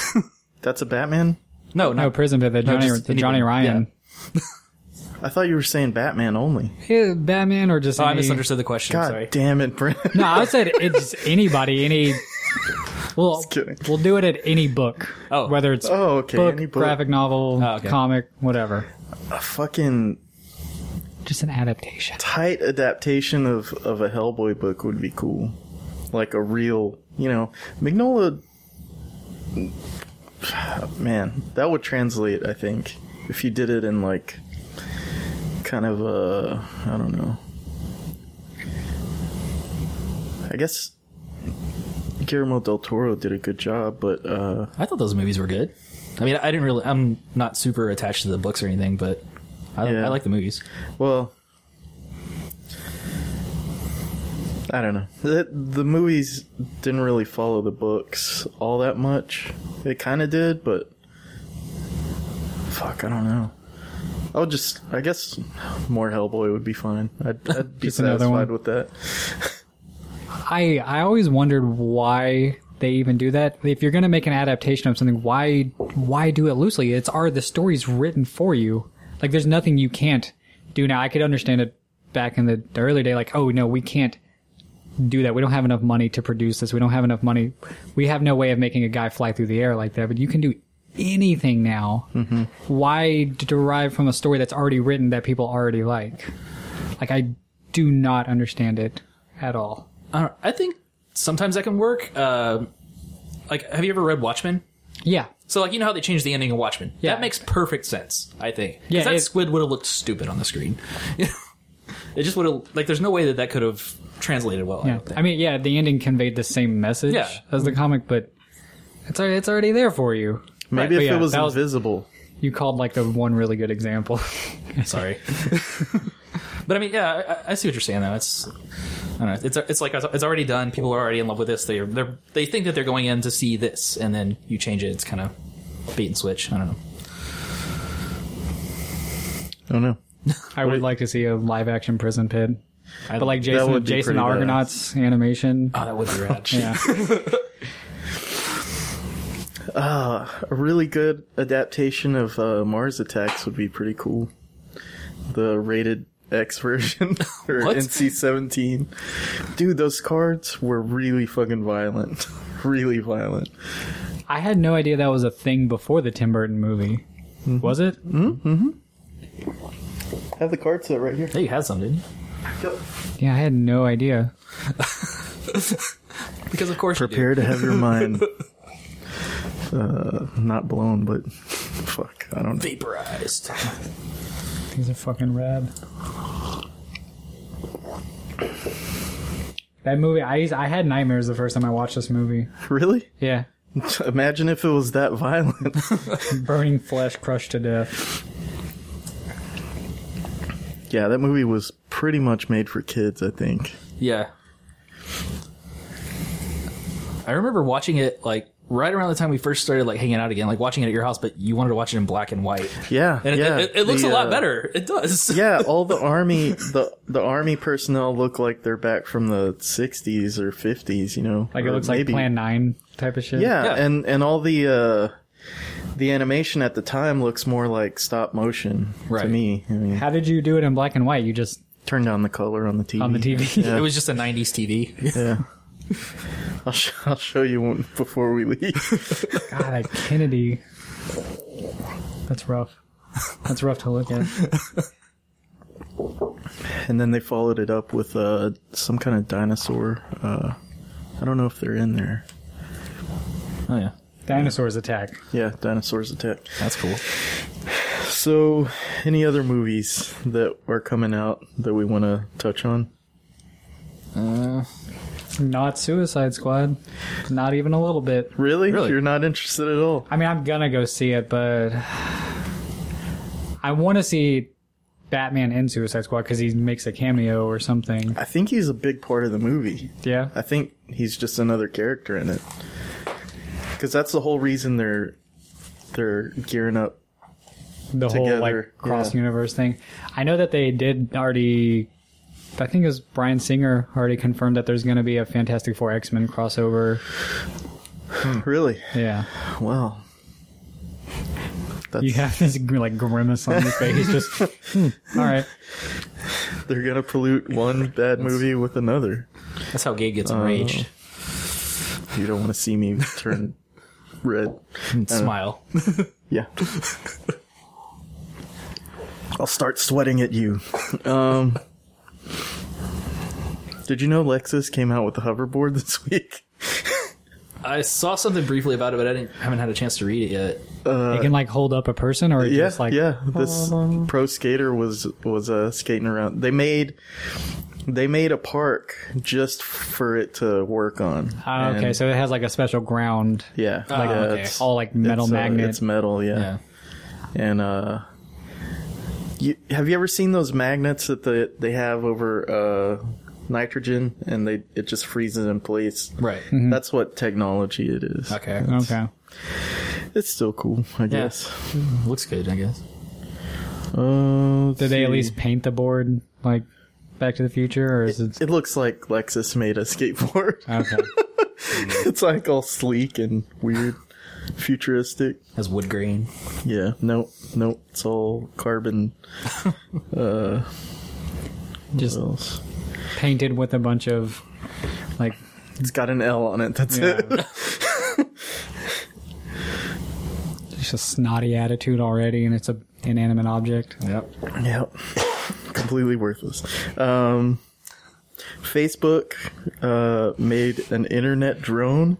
B: That's a Batman.
C: No,
D: No,
C: no,
D: Prison Pit, the
C: No,
D: Johnny,
C: just
D: the Johnny
C: anything.
D: Ryan,
B: I thought you were saying Batman only.
D: Eh, Batman, or just
C: Oh, I
D: any-
C: misunderstood the question.
B: God
C: Sorry.
B: damn it, Brent.
D: No, I said it's anybody, any. Well,
B: kidding.
D: we'll do it at any book.
C: Oh.
D: whether it's
B: Oh, okay,
D: book,
B: any book.
D: graphic novel,
C: Oh, okay.
D: comic, whatever.
B: A fucking
D: Just an adaptation.
B: tight adaptation of, of a Hellboy book would be cool. Like a real, you know, Magnola. Man, that would translate, I think, if you did it in like kind of a, I don't know. I guess Guillermo del Toro did a good job, but uh,
C: I thought those movies were good. I mean, I didn't really. I'm not super attached to the books or anything, but I,
B: Yeah.
C: I like the movies.
B: Well, I don't know. The, the movies didn't really follow the books all that much. They kind of did, but fuck, I don't know. I would just, I guess, more Hellboy would be fine. I'd, I'd be
D: Just another
B: satisfied
D: one.
B: with that.
D: I I always wondered why they even do that. If you're going to make an adaptation of something, why why do it loosely? It's are the stories written for you. Like there's nothing you can't do now. I could understand it back in the, the earlier day. Like oh no, we can't do that. We don't have enough money to produce this. We don't have enough money. We have no way of making a guy fly through the air like that. But you can do anything now. Why derive from a story that's already written that people already like? Like I do not understand it at all.
C: I, don't, I think sometimes that can work. Uh, like, have you ever read Watchmen?
D: Yeah.
C: So, like, you know how they changed the ending of Watchmen?
D: Yeah.
C: That makes perfect sense. I think. 'Cause
D: Yeah,
C: that
D: it-
C: squid would have looked stupid on the screen. it just would have like. There's no way that that could have translated well. I
D: Yeah.
C: don't think.
D: I mean, yeah, the ending conveyed the same message
C: Yeah.
D: as the comic, but it's already, it's already there for you.
B: Maybe if
D: But yeah,
B: it was
D: that was-
B: invisible.
D: You called like the one really good example.
C: Sorry. but I mean, yeah, I, I see what you're saying. Though it's, I don't know. It's it's like it's already done. People are already in love with this. They they they think that they're going in to see this, and then you change it. It's kind of bait and switch. I don't know.
B: I don't know.
D: I would like to see a live action prison pit,
C: I,
D: but like Jason,
B: would be
D: Jason
B: pretty
D: Argonauts animation.
C: oh, that would be rad.
D: Yeah.
B: A really good adaptation of uh, Mars Attacks would be pretty cool. The rated X version or
C: What?
B: NC-17. Dude, those cards were really fucking violent. really violent.
D: I had no idea that was
B: Mm-hmm.
D: a thing before the Tim Burton movie. Was it? Mm-hmm.
B: I have the card set right here.
C: Hey, you had some, didn't you?
D: Yeah, I had no idea.
C: Because of course
B: Prepare to have your mind uh, not blown, but fuck, I don't know.
C: you do. Vaporized.
D: These are fucking rad. That movie, I used, I had nightmares the first time I watched this movie.
B: Really?
D: Yeah,
B: Imagine if it was that violent.
D: burning flesh crushed to death.
B: yeah, that movie was pretty much made for kids, I think.
C: Yeah. I remember watching it like right around the time we first started like hanging out again, like watching it at your house, but you wanted to watch it in black and white.
B: Yeah,
C: And it,
B: yeah.
C: it, it looks
B: the,
C: a lot
B: uh,
C: better. It does.
B: yeah, all the army the the army personnel look like they're back from the '60s or '50s. You know,
D: Like it
B: or
D: looks
B: maybe-
D: like Plan Nine type of shit.
B: Yeah,
C: Yeah.
B: and and all the uh, the animation at the time looks more like stop motion
C: Right.
B: to me. I mean,
D: How did you do it in black and white? You just
B: turn down the color on the TV.
D: on the TV.
C: It was just a 90s TV.
B: Yeah. I'll, sh- I'll show you one before we leave.
D: God, that Kennedy. That's rough. That's rough to look at.
B: And then they followed it up with uh, some kind of dinosaur. Uh, I don't know if they're in there.
C: Oh, yeah.
D: Dinosaurs attack.
B: Yeah, dinosaurs attack.
C: That's cool.
B: So, any other movies that are coming out that we want to touch on?
D: Not Suicide Squad. Not even a little bit.
B: Really?
C: Really?
B: You're not interested at all.
D: I mean, I'm gonna go see it, but I want to see Batman in Suicide Squad because he makes a cameo or something.
B: I think he's a big part of the movie.
D: Yeah,
B: I think he's just another character in it. Because that's the whole reason they're they're gearing up.
D: the whole
B: Together,
D: like cross
B: yeah.
D: universe thing. I know that they did already. I think it was Brian Singer already confirmed that there's gonna be a Fantastic Four X Men crossover.
B: Really?
D: Yeah,
B: Wow. That's,
D: you have this gr- like grimace on your face. Just hmm, all right.
B: They're gonna pollute one bad movie with another.
C: That's how Gabe
B: Uh,
C: gets enraged.
B: You don't want to see me turn red.
C: and smile.
B: Yeah. I'll start sweating at you. Um, did you know Lexus came out with a hoverboard this week?
C: I saw something briefly about it, but I didn't, haven't had a chance to read it yet.
D: it can like hold up a person or it
B: Yeah,
D: just like
B: yeah. This pro skater was was uh, skating around. They made they made a park just for it to work on.
D: Ah, okay,
B: And-
D: so it has like a special ground,
B: yeah,
C: Like,
B: yeah,
C: okay.
B: it's-
D: all like metal
B: it's, uh,
D: magnet.
B: it's metal, yeah.
C: Yeah.
B: And uh, you, have you ever seen those magnets that the, they have over uh, nitrogen, and they it just freezes in place?
C: Right.
B: That's what technology it is.
C: Mm-hmm. Okay.
D: okay.
B: It's still cool, I guess.
C: Looks good, I guess.
B: Uh,
D: Did they at least paint the board like Back to the Future, or is it?
B: It looks like Lexus made a skateboard.
D: Okay.
B: it's like all sleek and weird, futuristic.
C: Has wood grain.
B: Yeah. Nope. Nope. It's all carbon. Uh,
D: Just
B: What else?
D: painted with a bunch of like
B: It's got an L on it. That's
D: Yeah.
B: it.
D: just a snotty attitude already, and it's a inanimate object.
C: Yep.
B: Yep. Completely worthless. Um, Facebook uh, made an internet drone,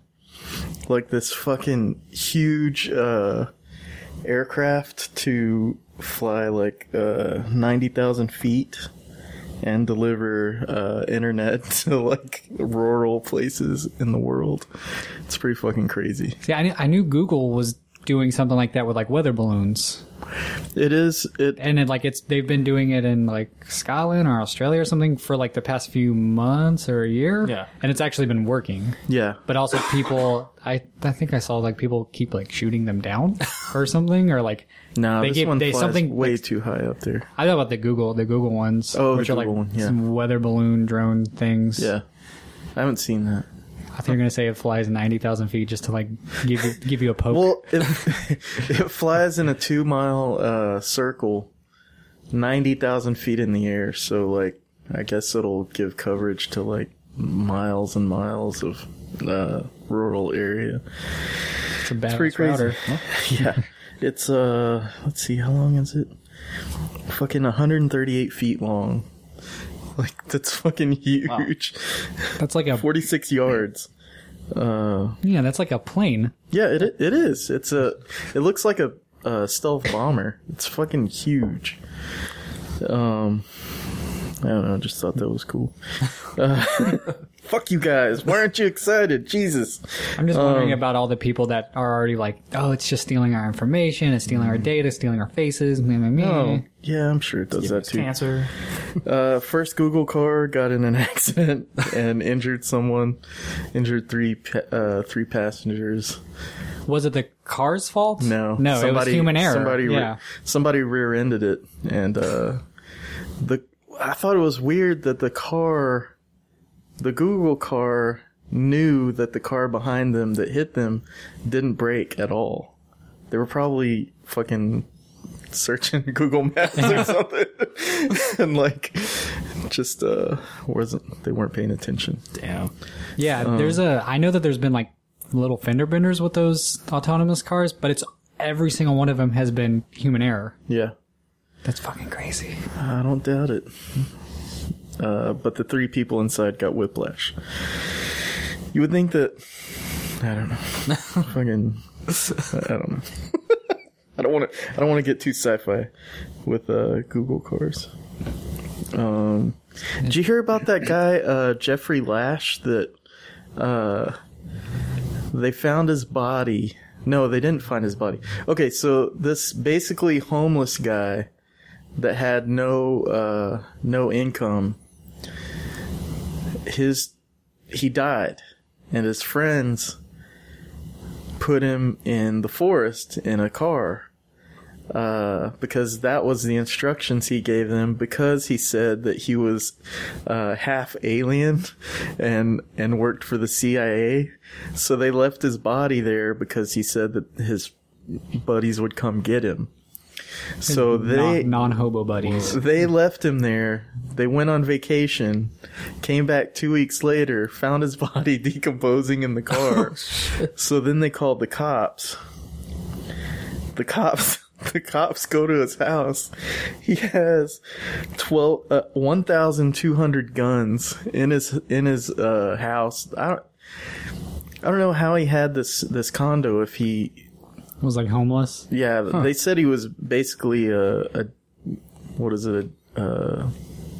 B: like this fucking huge uh, aircraft to fly like uh, 90,000 feet and deliver uh, internet to like rural places in the world. It's pretty fucking crazy.
D: See, I knew, I knew Google was doing something like that with like weather balloons,
B: It is, it,
D: and it, like it's they've been doing it in like Scotland or Australia or something for like the past few months or a year.
C: Yeah.
D: and it's actually been working.
B: yeah.
D: but also people I I think I saw like people keep like shooting them down or something or like
B: No,
D: They
B: this
D: gave-
B: one
D: they-
B: flies
D: something
B: way
D: like-
B: too high up there.
D: I know about the Google the Google ones
B: Oh, the
D: which are like
B: Google one, yeah.
D: some weather balloon drone things
B: Yeah. I haven't seen that.
D: I think you're gonna say it flies ninety thousand feet just to like give you, give you a poke
B: Well, it, it flies in a two mile uh, circle, 90,000 feet in the air. So, like, I guess it'll give coverage to, like, miles and miles of uh, rural area.
D: it's a bad
B: pretty crazy.
D: router
B: yeah. It's, uh, let's see, how long is it? fucking 138 feet long. Like that's fucking huge.
D: That's like a
B: 46 yards. Uh,
D: yeah. That's like a plane.
B: yeah, it i- it is. It's a. It looks like a, a stealth bomber. It's fucking huge. Um, I don't know. I just thought that was cool. Uh, fuck you guys. Why aren't you excited? Jesus.
D: I'm just
B: Um,
D: wondering about all the people that are already like, oh, it's just stealing our information, it's stealing our data, stealing our faces, meh, meh, meh.
B: Oh, yeah, I'm sure it does that too.
C: Cancer.
B: Uh, first Google car got in an accident and injured someone, injured three pa- uh, three passengers.
D: Was it the car's fault?
B: No,
D: no, it was human error.
B: Somebody, re-
D: yeah.
B: somebody rear-ended it, and uh, the I thought it was weird that the car, the Google car, knew that the car behind them that hit them didn't brake at all. They were probably fucking searching Google Maps or something, and like just uh wasn't they weren't paying attention.
C: Damn.
D: Yeah,
B: um,
D: there's a. I know that there's been like little fender benders with those autonomous cars, but it's every single one of them has been human error.
B: Yeah.
D: That's fucking crazy.
B: I don't doubt it. Uh, but the three people inside got whiplash. You would think that. I don't know. Fucking. I don't know. I don't want to. I don't want to get too sci-fi with uh, Google cars. Um, did you hear about that guy uh, Jeffrey Lash that uh, they found his body? No, they didn't find his body. Okay, so this basically homeless guy that had no uh, no income, his he died, and his friends put him in the forest in a car uh, because that was the instructions he gave them because he said that he was uh, half alien and and worked for the CIA. So they left his body there because he said that his buddies would come get him. So they
D: non hobo buddies.
B: they left him there. They went on vacation, came back two weeks later, found his body decomposing in the car. so then they called the cops. The cops, the cops go to his house. He has twelve, uh, one thousand two hundred guns in his in his uh, house. I don't, I don't know how he had this this condo if he
D: Was like homeless.
B: yeah, they said he was basically a, a what is it? A, uh,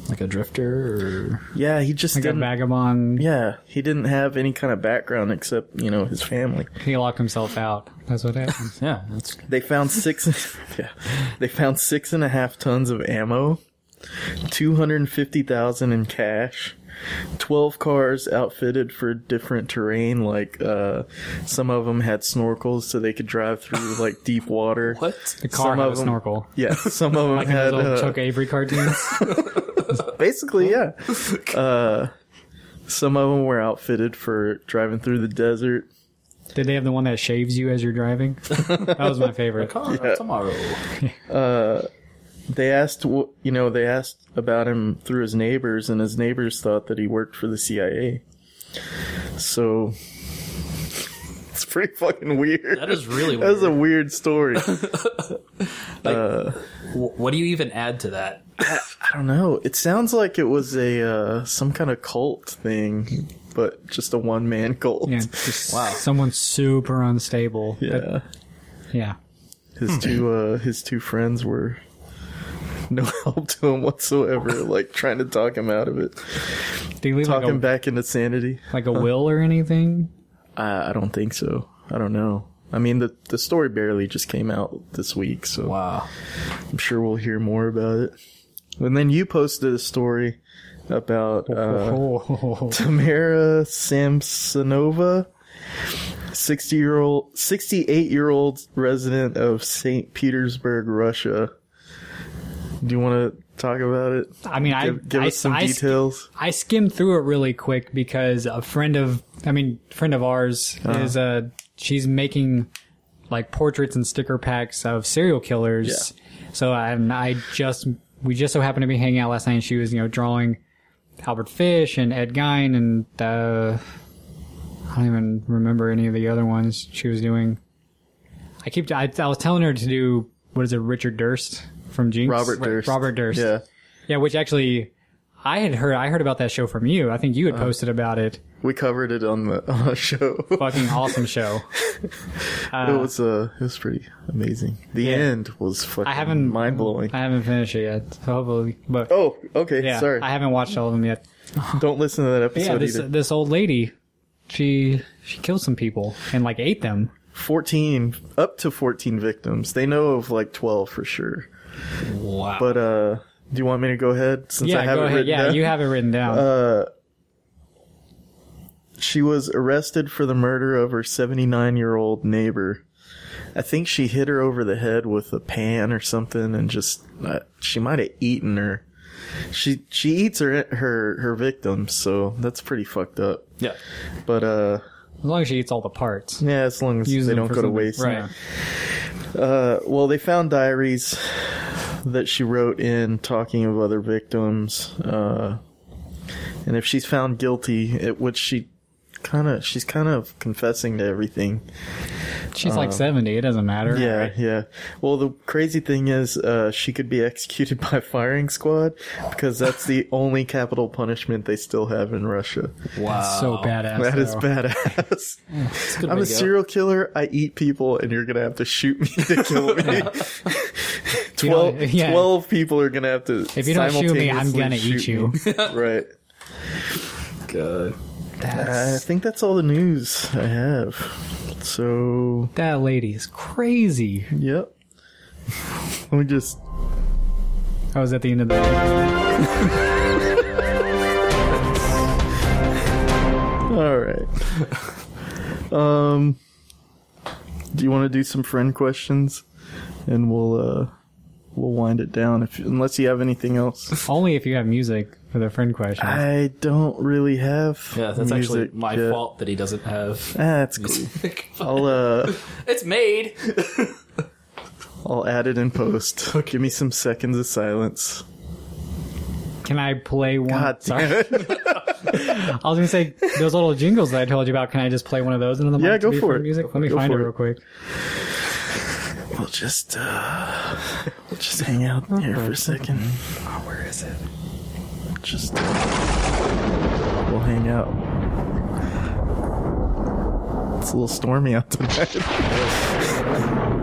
C: Like a drifter or
B: yeah, he just
D: Like a
B: didn't.
D: vagabond.
B: yeah, he didn't have any kind of background except you know his family.
D: He locked himself out. That's what happens.
C: Yeah, that's
B: They found six. yeah, they found six and a half tons of ammo, two hundred fifty thousand in cash. 12 cars outfitted for different terrain like uh some of them had snorkels so they could drive through like deep water
C: what?
D: The car
B: Some
D: had
B: of
D: a
B: them-
D: snorkel.
B: yeah some of them
D: Like in
B: had
D: those old
B: uh,
D: Chuck Avery cartoons.
B: basically yeah uh some of them were outfitted for driving through the desert
D: Did they have the one that shaves you as you're driving? That was my favorite.
C: Car tomorrow.
B: they asked wh- you know they asked about him through his neighbors and his neighbors thought that he worked for the cia so it's pretty fucking weird
C: That is really
B: that was
C: weird.
B: a weird story
C: Wh- what do you even add to that?
B: i don't know it sounds like it was a uh some kind of cult thing but just a one-man cult
D: Yeah,
B: yeah,
D: just
C: Wow.
D: Someone super unstable. Yeah.
B: his
C: Hmm.
B: two uh his two friends were no help to him whatsoever like trying to talk him out of it
D: Did he leave like
B: talking
D: a,
B: back into sanity
D: like a will or anything?
B: Uh, I don't think so. I don't know. I mean, the the story barely just came out this week, so
C: Wow.
B: I'm sure we'll hear more about it. And then you posted a story about uh,
D: oh.
B: Tamara Samsonova, sixty year old, sixty eight year old resident of Saint Petersburg, Russia. Do you want to talk about it?
D: I mean, I
B: Give, give
D: I,
B: us some
D: I,
B: details.
D: I skimmed through it really quick because a friend of, I mean, friend of ours
B: Uh-huh.
D: is uh, she's making like portraits and sticker packs of serial killers. So I, and I just, we just so happened to be hanging out last night, and she was, you know, drawing Albert Fish and Ed Gein and uh, I don't even remember any of the other ones she was doing. I keep, I, I was telling her to do what is it, Richard Durst from Jinx.
B: Robert Durst.
D: Robert Durst.
B: Yeah.
D: Yeah, which actually, I had heard. I heard about that show from you. I think you had
B: Uh-huh.
D: posted about it.
B: We covered it on the on a show.
D: Fucking awesome show.
B: it was uh it was pretty amazing. The end was fucking
D: I haven't
B: mind blowing.
D: I haven't finished it yet. So hopefully, but
B: Oh, okay,
D: yeah,
B: sorry.
D: I haven't watched all of them yet.
B: Don't listen to that
D: yeah,
B: episode
D: this
B: either.
D: this old lady, she she killed some people and like ate them.
B: Fourteen up to fourteen victims. They know of like twelve for sure.
C: Wow.
B: But uh do you want me to go ahead since I
D: Yeah,
B: have
D: go
B: it
D: ahead.
B: written
D: Yeah,
B: down? Uh,
D: you have it written down.
B: She was arrested for the murder of her 79 year old neighbor. I think she hit her over the head with a pan or something and just, uh, she might have eaten her. She, she eats her, her, her victims, so that's pretty fucked up.
C: yeah.
B: But, uh,
D: as long as she eats all the parts.
B: yeah, as long as
D: Use
B: they don't
D: them
B: go
D: for
B: to
D: something.
B: waste.
D: Right.
B: Uh, well, they found diaries that she wrote in talking of other victims. Uh, and if she's found guilty, at which she kind of, she's kind of confessing to everything.
D: She's like 70. It doesn't matter.
B: Uh, Yeah, yeah. Well, the crazy thing is, uh, she could be executed by firing squad because that's the only capital punishment they still have in Russia.
C: Wow.
D: So badass.
B: That is
D: though.
B: badass.
C: It's a good
B: I'm
C: way
B: a
C: to go.
B: serial killer. I eat people, and you're gonna have to shoot me to kill me. 12,
D: yeah.
B: 12 people are gonna have to.
D: If you don't shoot me, I'm gonna eat you.
B: right.
C: Good.
B: I think that's all the news I have. So,
D: That lady is crazy.
B: yep. Let me just.
D: I was at the end of the.
B: All right. um, do you want to do some friend questions, and we'll uh, we'll wind it down if unless you have anything else.
D: Only if you have music for the friend question.
B: I don't really have.
C: Ah. Yeah, that's actually
B: music
C: my
B: yet. Ah,
C: fault that he doesn't have.
B: That's cool. I'll uh,
C: it's made.
B: I'll add it in post. Give me some seconds of silence.
D: Can I play one?
B: God
D: Sorry.
B: damn it.
D: I was gonna say those little jingles that I told you about. Can I just play one of those into the mic
B: Yeah,
D: to
B: go
D: be
B: for
D: for
B: it.
D: Music. Let me
B: Go
D: find it
B: for it.
D: real quick.
B: We'll just uh, we'll just hang out here for a second.
D: Oh, where is it?
B: Just we'll hang out. It's a little stormy out tonight.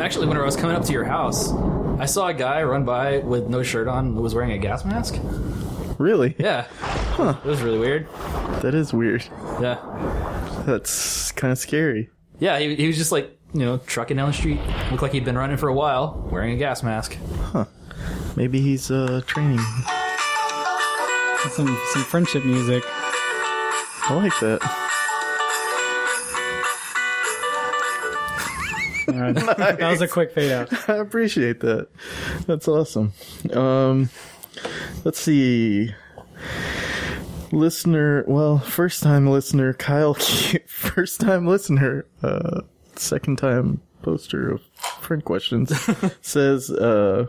C: Actually, whenever I was coming up to your house, I saw a guy run by with no shirt on who was wearing a gas mask.
B: Really?
C: Yeah. It was really weird.
B: That is weird.
C: Yeah.
B: That's kind of scary.
C: Yeah, he, he was just like, you know, trucking down the street. Looked like he'd been running for a while, wearing a gas mask.
B: Maybe he's uh training.
D: Some some friendship music.
B: I like that.
D: All right. That was a quick fade out.
B: I appreciate that. That's awesome. Um let's see. Listener, well, first time listener Kyle Q, first time listener, uh second time poster of friend questions says uh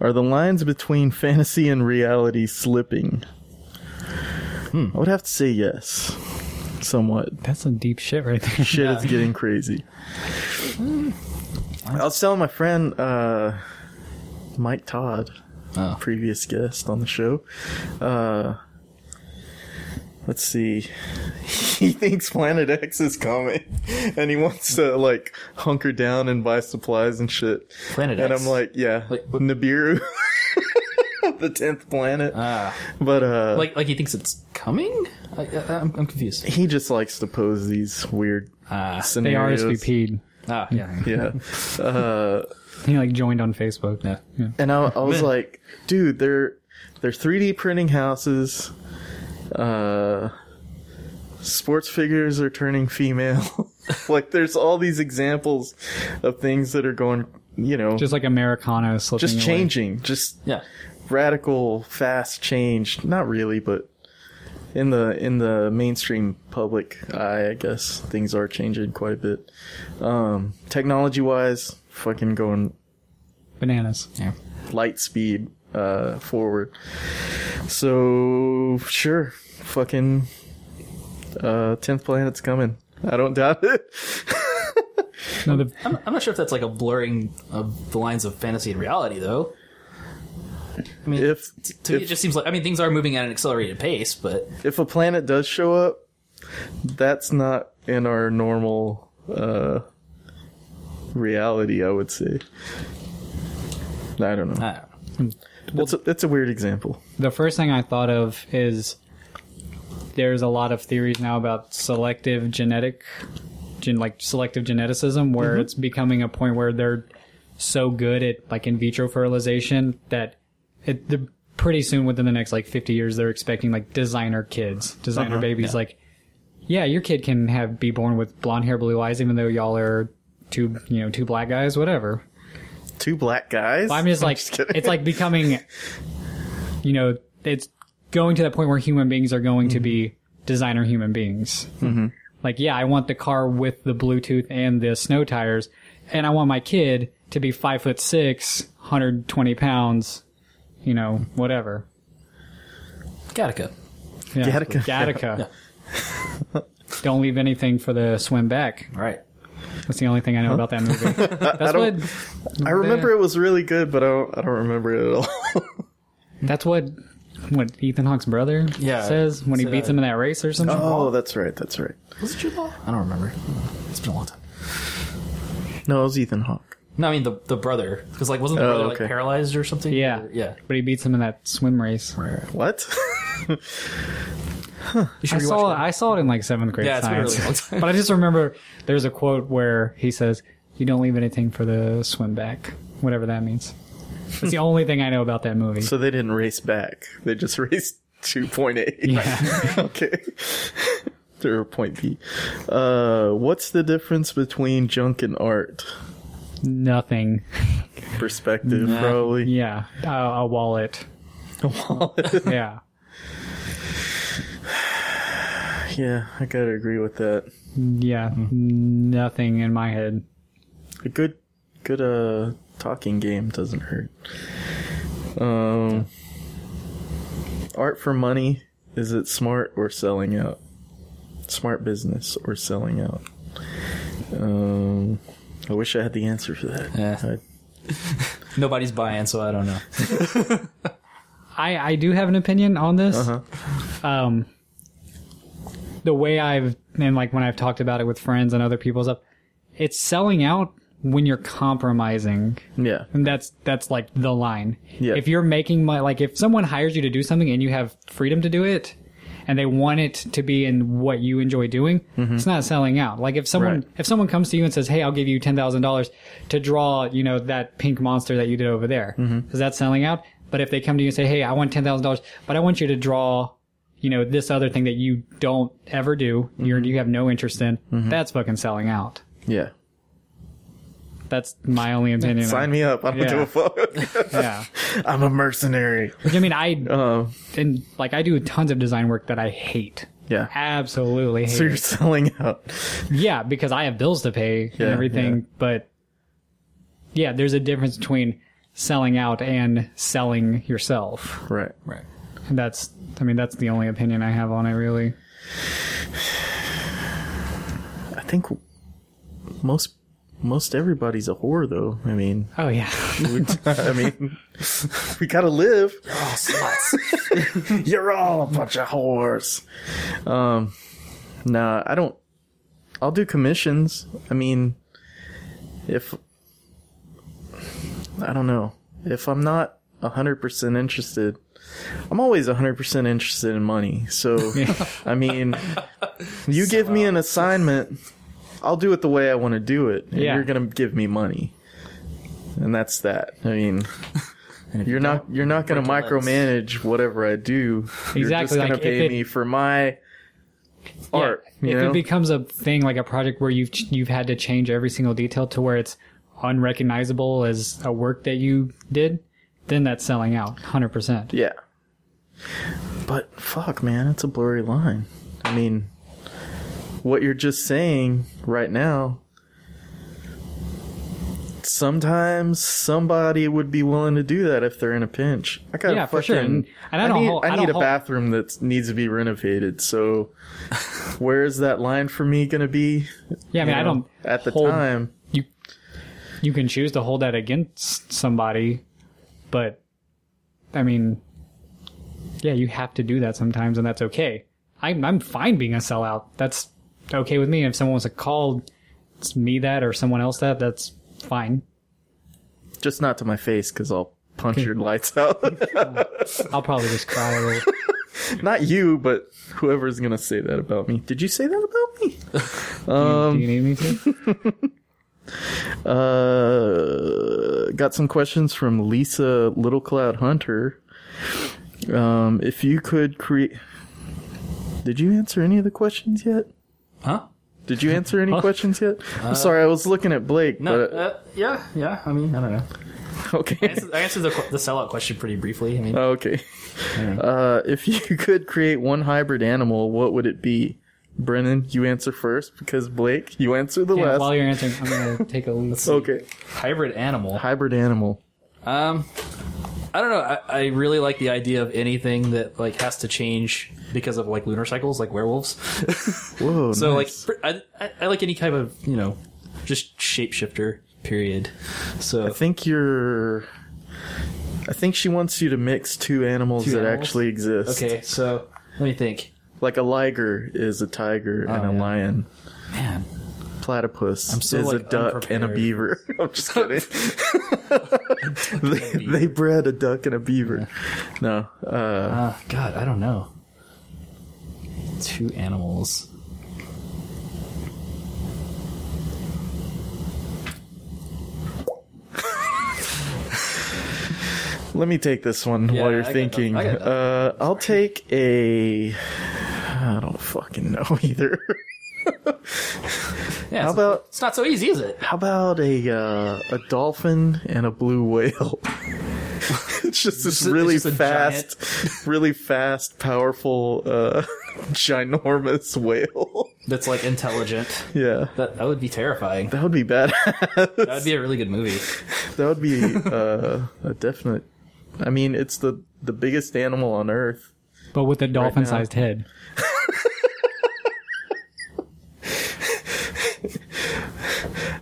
B: are the lines between fantasy and reality slipping? Hmm, I would have to say yes. Somewhat.
D: That's some deep shit right there.
B: shit is getting crazy.
C: Mm.
B: I was telling my friend uh, Mike Todd,
C: Oh.
B: previous guest on the show. Uh, let's see. He thinks Planet X is coming, and he wants to like hunker down and buy supplies and shit.
C: Planet
B: and
C: X.
B: I'm like, yeah,
C: Like, what-
B: Nibiru, the tenth planet.
C: Ah.
B: but uh,
C: Like, like he thinks it's coming? I, I, I'm, I'm confused.
B: he just likes to pose these weird
C: Ah.
D: They
B: scenarios.
D: RSVP'd.
C: Ah, yeah.
B: Yeah. Uh,
D: He like joined on Facebook.
C: Yeah.
B: And I, I was like, dude, they're they're 3D printing houses. Uh, sports figures are turning female. like, there's all these examples of things that are going, you know, just,
D: Just like Americana slipping. away.
B: changing, just
C: Yeah.
B: radical, fast change. Not really, but in the in the mainstream public eye, I guess things are changing quite a bit. Um, technology wise, fucking going
D: bananas.
C: Yeah.
B: light speed uh, forward. So sure, fucking uh, tenth planet's coming. I don't doubt it.
D: No, the,
C: I'm, I'm not sure if that's like a blurring of the lines of fantasy and reality, though. I mean,
B: If
C: t- to me, it
B: if-
C: just seems like I mean things are moving at an accelerated pace, but
B: if a planet does show up, that's not in our normal uh, reality. I would say. I don't know.
C: I don't know.
B: Well, it's a, it's a weird example.
D: the first thing I thought of is there's a lot of theories now about selective genetic, gen, like selective geneticism, where it's becoming a point where they're so good at like in vitro fertilization that it the pretty soon within the next like 50 years they're expecting like designer kids, designer
B: Uh-huh,
D: babies. Like, yeah, your kid can have be born with blonde hair, blue eyes, even though y'all are two you know two black guys, whatever.
B: Two black guys.
D: I'm just like
B: kidding.
D: it's like becoming you know, it's going to that point where human beings are going to be designer human beings. Mm-hmm. Like, yeah, I want the car with the Bluetooth and the snow tires, and I want my kid to be five foot six, 120 pounds, you know, whatever.
C: Gattaca.
D: Yeah.
B: Gattaca.
D: Gattaca. Don't leave anything for the swim back.
C: All right.
D: That's the only thing I know about that movie. That's
B: don't-
D: what
B: I remember it was really good, but I don't, I don't remember it at all.
D: That's what what Ethan Hawke's brother
C: Yeah.
D: says when he
C: So-
D: beats him in that race or something.
B: oh, that's right. That's right.
C: Was it Jude Law? I don't remember. It's been a long time.
B: No, it was Ethan Hawke.
C: No, I mean the the brother because like wasn't the
B: Oh,
C: brother
B: okay.
C: like paralyzed or something?
D: Yeah.
C: Or- yeah.
D: But he beats him in that swim race.
B: What?
C: You should
D: I
C: rewatch
D: saw
C: that.
D: I saw it in like seventh grade
C: Yeah, it's been a
D: science.
C: really long time.
D: but I just remember there's a quote where he says, "You don't leave anything for the swim back," whatever that means. That's the only thing I know about that movie.
B: so they didn't race back. They just raced 2.8.
D: Yeah.
B: okay. They're a point B. Uh, what's the difference between junk and art?
D: Nothing.
B: Perspective,
C: Nah.
B: probably.
D: Yeah, uh, a wallet. Yeah,
B: yeah, I gotta agree with that.
D: yeah.
C: Mm-hmm.
D: Nothing in my head.
B: A good, good uh talking game doesn't hurt. Um, art for money is it smart or selling out? Smart business or selling out? Um, I wish I had the answer for that.
C: Yeah.
B: I-
C: Nobody's buying, so I don't know.
D: I, I do have an opinion on this. Um, the way I've and like when I've talked about it with friends and other people and stuff, it's selling out when you're compromising,
B: yeah,
D: and that's that's like the line.
B: Yeah.
D: If you're making my like if someone hires you to do something and you have freedom to do it, and they want it to be in what you enjoy doing, it's not selling out. Like if someone
B: Mm-hmm. Right.
D: if someone comes to you and says, "Hey, I'll give you ten thousand dollars to draw," you know that pink monster that you did over there, is
B: Mm-hmm.
D: that selling out? But if they come to you and say, "Hey, I want ten thousand dollars, but I want you to draw," you know this other thing that you don't ever do,
B: Mm-hmm.
D: you're, you have no interest in, that's fucking selling out.
B: yeah.
D: That's my only opinion.
B: Sign me up. I don't
D: Yeah.
B: give a fuck.
D: Yeah.
B: I'm a mercenary.
D: Which I mean, I
B: Um,
D: and like I do tons of design work that I hate.
B: yeah.
D: Absolutely hate.
B: So you're
D: it.
B: selling out.
D: Yeah, because I have bills to pay
B: Yeah,
D: and everything,
B: yeah.
D: but yeah, there's a difference between selling out and selling yourself.
B: Right.
C: Right.
D: And that's I mean, that's the only opinion I have on it really.
B: I think most most everybody's a whore though. I mean,
D: Oh yeah.
B: I mean, we gotta live.
C: Oh, sluts.
B: You're all a bunch of whores. Um, nah, I don't. I'll do commissions. I mean, if I don't know if I'm not hundred percent interested, I'm always hundred percent interested in money. So, I mean, you give me an assignment, I'll do it the way I want to do it, and
D: Yeah.
B: you're gonna give me money, and that's that. I mean. You're not you're not going to
C: break your
B: micromanage whatever I do. You're just
D: Exactly,
B: going
D: like,
B: to pay
D: if it-
B: me for my
D: Yeah,
B: art. you
D: if
B: know?
D: it becomes a thing like a project where you've ch- you've had to change every single detail to where it's unrecognizable as a work that you did, then that's selling out 100%.
B: yeah. But fuck, man, it's a blurry line. I mean, what you're just saying right now. Sometimes somebody would be willing to do that if they're in a pinch. I got
D: Yeah,
B: fucking,
D: for sure. And- and I don't
B: need,
D: hold-
B: I
D: I
B: need
D: don't
B: a
D: hold-
B: bathroom that needs to be renovated. So, where is that line for me going to be?
D: Yeah, I mean,
B: you
D: I
B: know,
D: don't
B: at the
D: hold-
B: time.
D: you you can choose to hold that against somebody, but I mean, yeah, you have to do that sometimes, and that's okay. I'm I'm fine being a sellout. That's okay with me. If someone was to call it's me that or someone else that, that's fine.
B: Just not to my face, because I'll punch your lights out.
D: I'll probably just cry a little.
B: not you, but whoever's gonna say that about me. Did you say that about me?
D: Do you need me
B: Uh,
D: to?
B: got some questions from Lisa Little Cloud Hunter. Um, if you could create, did you answer any of the questions yet?
C: Huh?
B: Did you answer any questions yet? I'm sorry, I was looking at Blake.
C: No.
B: but,
C: Uh, yeah. Yeah. I mean, I don't know. I
B: okay.
C: answered, I answered the, que- the sellout question pretty briefly. I mean,
B: Oh, Okay. Uh, if you could create one hybrid animal, what would it be? Brennan, you answer first because Blake, you answer the
D: Yeah,
B: last.
D: while you're answering, I'm gonna take a leak.
B: okay.
C: hybrid animal.
B: Hybrid animal.
C: Um, I don't know. I, I really like the idea of anything that like has to change because of like lunar cycles, like werewolves.
B: Whoa.
C: so
B: nice.
C: like, I, I, I like any type of you know, just shapeshifter. Period. So
B: I think you're. I think she wants you to mix two animals
C: Two
B: that
C: animals?
B: actually exist.
C: okay. So let me think.
B: Like a liger is a tiger and a
C: Oh, yeah.
B: lion.
C: Man,
B: Platypus
C: I'm so,
B: is a
C: like,
B: duck and a
C: unprepared.
B: beaver. I'm just kidding. they, they bred a duck and a beaver. No. Uh,
C: uh, God, I don't know. Two animals.
B: let me take this one
C: Yeah,
B: while you're
C: I got
B: thinking.
C: that. I got that.
B: Uh, I'll take a. I don't fucking know either.
C: Yeah.
B: How
C: it's-
B: about-
C: it's not so easy, is it?
B: How about a uh, a dolphin and a blue whale? it's just this
C: It's just-
B: really
C: it's just a
B: fast, really fast, powerful, uh, ginormous whale.
C: That's like intelligent.
B: yeah,
C: That that would be terrifying.
B: that would be bad.
C: That would be a really good movie.
B: that would be uh, a definite. I mean, it's the the biggest animal on Earth.
D: but with a dolphin-sized head.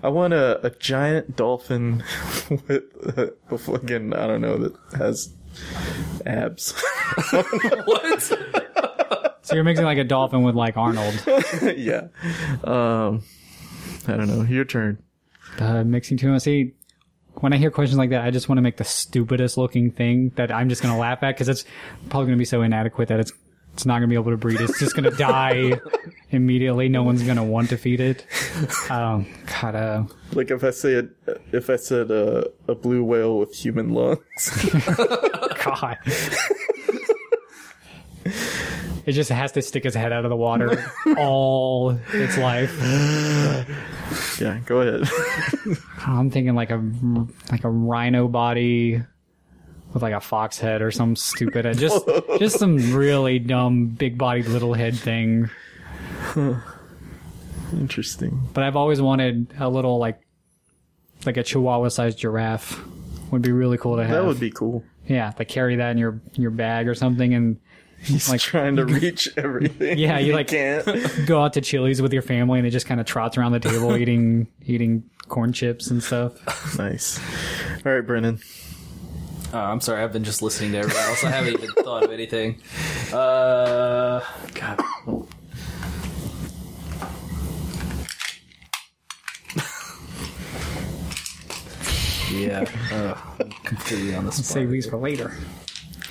B: I want a, a giant dolphin with a, a fucking I don't know that has abs.
C: what?
D: So you're mixing like a dolphin with like Arnold.
B: yeah. Um, I don't know. Your turn.
D: Uh, mixing two. See, when I hear questions like that, I just want to make the stupidest looking thing that I'm just going to laugh at because it's probably going to be so inadequate that it's it's not going to be able to breed. It's just going to die immediately. No one's going to want to feed it. Um, God, uh,
B: Like if I said if I said uh, a blue whale with human lungs.
D: God. It just has to stick its head out of the water all its life.
B: yeah, go ahead.
D: I'm thinking like a like a rhino body with like a fox head or some stupid head. Just just some really dumb big bodied little head thing.
B: Interesting.
D: But I've always wanted a little like like a chihuahua sized giraffe. Would be really cool to have.
B: That would be cool.
D: yeah, like carry that in your your bag or something and
B: He's
D: Like-
B: trying to reach everything.
D: Yeah, you
B: He
D: like-
B: can't.
D: go out to Chili's with your family and it just kind of trots around the table eating eating corn chips and stuff.
B: nice. All right, Brennan.
C: Uh, I'm sorry, I've been just listening to everyone else. I haven't even thought of anything. Uh, God. yeah, uh, I'm completely on the spot.
D: Save these for later.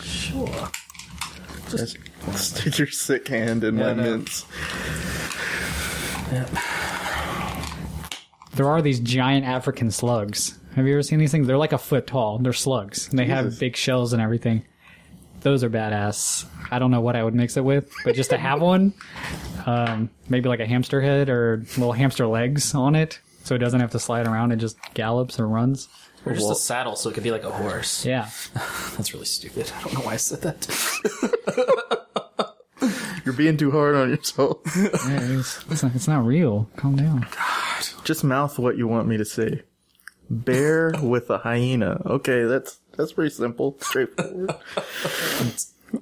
C: Sure.
B: Stick your sick hand in
C: Yeah,
B: my
C: I know.
B: mints.
D: there are these giant African slugs. Have you ever seen these things? They're like a foot tall. They're slugs, and they have big shells and everything. Those are badass. I don't know what I would mix it with, but just to have one, um, maybe like a hamster head or little hamster legs on it, so it doesn't have to slide around. It just gallops and runs.
C: Or just a saddle so it could be like a horse.
D: Yeah,
C: That's really stupid. I don't know why I said that.
B: You're being too hard on yourself.
D: Yeah, it's, it's not, it's not real. Calm down.
B: Just mouth what you want me to say. Bear with a hyena. Okay, that's that's pretty simple, straightforward.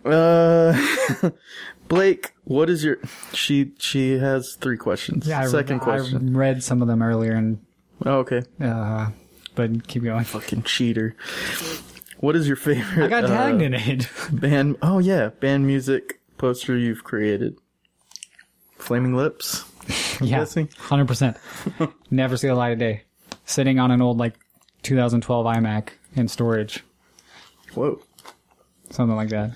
B: uh, Blake, what is your? She she has three questions.
D: Yeah, I,
B: Second
D: I
B: question.
D: read some of them earlier, and
B: oh, okay.
D: uh, but keep going.
B: Fucking cheater. What is your favorite?
D: I got
B: uh,
D: tagged in it.
B: Band. Oh yeah, band music poster you've created. Flaming Lips. I'm
D: yeah,
B: guessing.
D: hundred percent. Never see the light of day. Sitting on an old like 2012 iMac in storage,
B: Whoa.
D: something like that.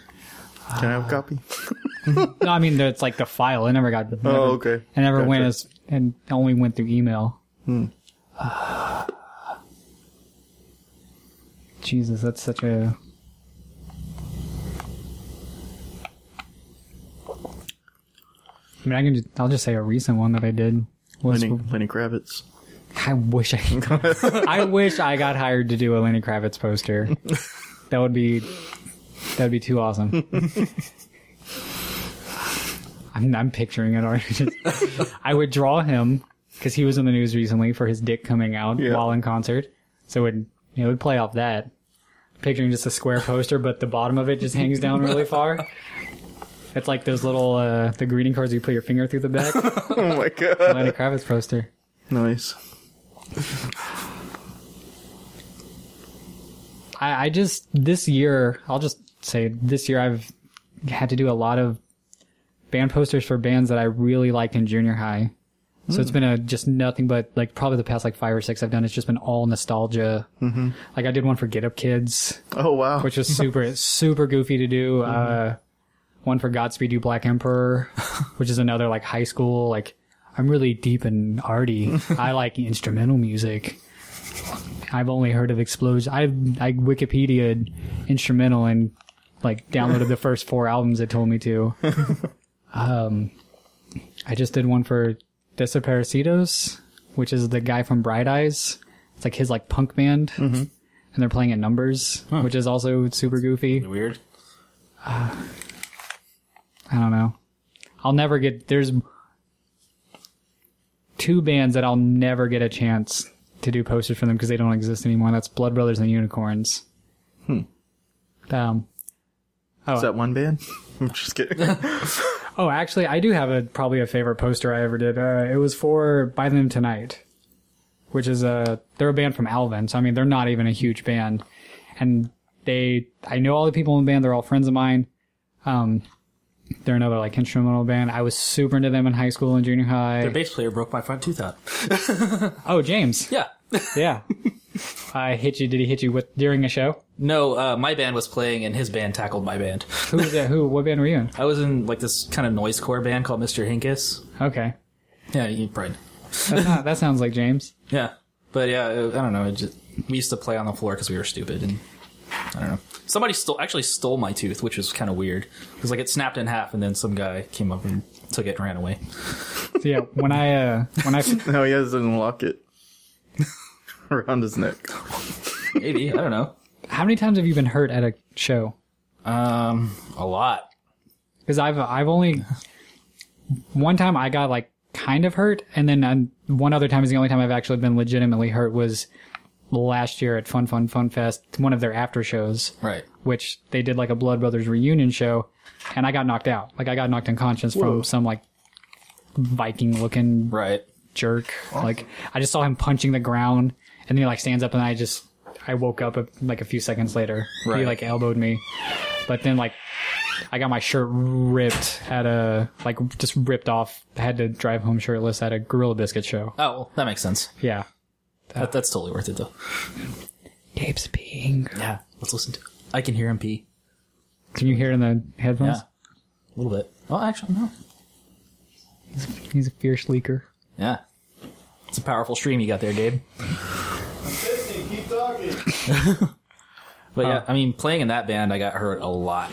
B: Can I
D: Uh,
B: have a copy?
D: No, I mean it's like the file. It never got. Never,
B: Oh, okay.
D: It never went
B: Gotcha. Hmm.
D: as and only went through email. Jesus, that's such a. I mean, I can. Just, I'll just say a recent one that I did was.
B: Lenny, Lenny Kravitz.
D: I wish I. I wish I got hired to do a Lenny Kravitz poster. That would be. That would be too awesome. I'm, I'm picturing it already. I would draw him because he was in the news recently for his dick coming out
B: Yeah.
D: while in concert. So it would it would play off that. Picturing just a square poster, but the bottom of it just hangs down really far. It's like those little uh, the greeting cards you put your finger through the back.
B: Oh my god.
D: Lenny Kravitz poster.
B: Nice.
D: I, I just this year I'll just say this year I've had to do a lot of band posters for bands that I really liked in junior high. So it's been a just nothing but like probably the past like five or six I've done. It's just been all nostalgia. Mm-hmm. Like I did one for Get Up Kids,
B: Oh wow.
D: which was super super goofy to do. Uh, one for Godspeed You Black Emperor, which is another like high school like I'm really deep and arty. I like instrumental music. I've only heard of explosion. I I Wikipedia instrumental and like downloaded the first four albums it told me to. um, I just did one for Desaparecidos, which is the guy from Bright Eyes. It's like his like punk band, and they're playing at Numbers, which is also super goofy.
C: Weird.
D: I don't know. I'll never get there's two bands that I'll never get a chance to do posters for them because they don't exist anymore. That's Blood Brothers and Unicorns. Hmm. Um.
B: Is that one band? I'm just kidding.
D: Oh, actually, I do have a probably a favorite poster I ever did. Uh, it was for By Them Tonight, which is a they're a band from Alvin. So I mean, they're not even a huge band, and they I know all the people in the band. They're all friends of mine. Um, they're another like instrumental band. I was super into them in high school and junior
C: The
D: high.
C: bass player broke my front tooth out.
D: oh, James,
C: Yeah.
D: yeah. I hit you. Did he hit you with during a show?
C: No, uh, my band was playing and his band tackled my band.
D: Who was that? Who? What band were you in?
C: I was in like this kind of noisecore band called Mr. Hinkus.
D: Okay,
C: Yeah, you probably.
D: That's not- that sounds like James.
C: Yeah, but yeah, it, I don't know. It just, we used to play on the floor because we were stupid, and I don't know. Somebody stole actually stole my tooth, which was kind of weird because like it snapped in half, and then some guy came up and took it and ran away.
D: So yeah, when I uh, when I
B: no, he doesn't lock it around his neck.
C: Maybe I don't know.
D: how many times have you been hurt at a show?
C: Um, a lot.
D: because I've I've only one time I got like kind of hurt, and then um, one other time is the only time I've actually been legitimately hurt was last year at Fun Fun Fun Fest, one of their after shows,
C: Right.
D: which they did like a Blood Brothers reunion show, and I got knocked out, like I got knocked unconscious
B: Whoa.
D: from some like Viking looking
C: Right.
D: jerk. Like I just saw him punching the ground, and then he like stands up, and I just I woke up a, like a few seconds later. He
C: Right.
D: like elbowed me, but then like I got my shirt ripped at a like just ripped off. Had to drive home shirtless at a Gorilla Biscuit show.
C: Oh, well, that makes sense.
D: Yeah,
C: That, that's totally worth it though.
D: Gabe's peeing.
C: Yeah. Let's listen to. It. I can hear him pee.
D: Can you hear it in the headphones?
C: Yeah. A little bit. Oh, actually, no.
D: He's a fierce leaker.
C: Yeah. It's a powerful stream you got there, Gabe.
E: Keep talking.
C: But yeah, I mean, playing in that band, I got hurt a lot.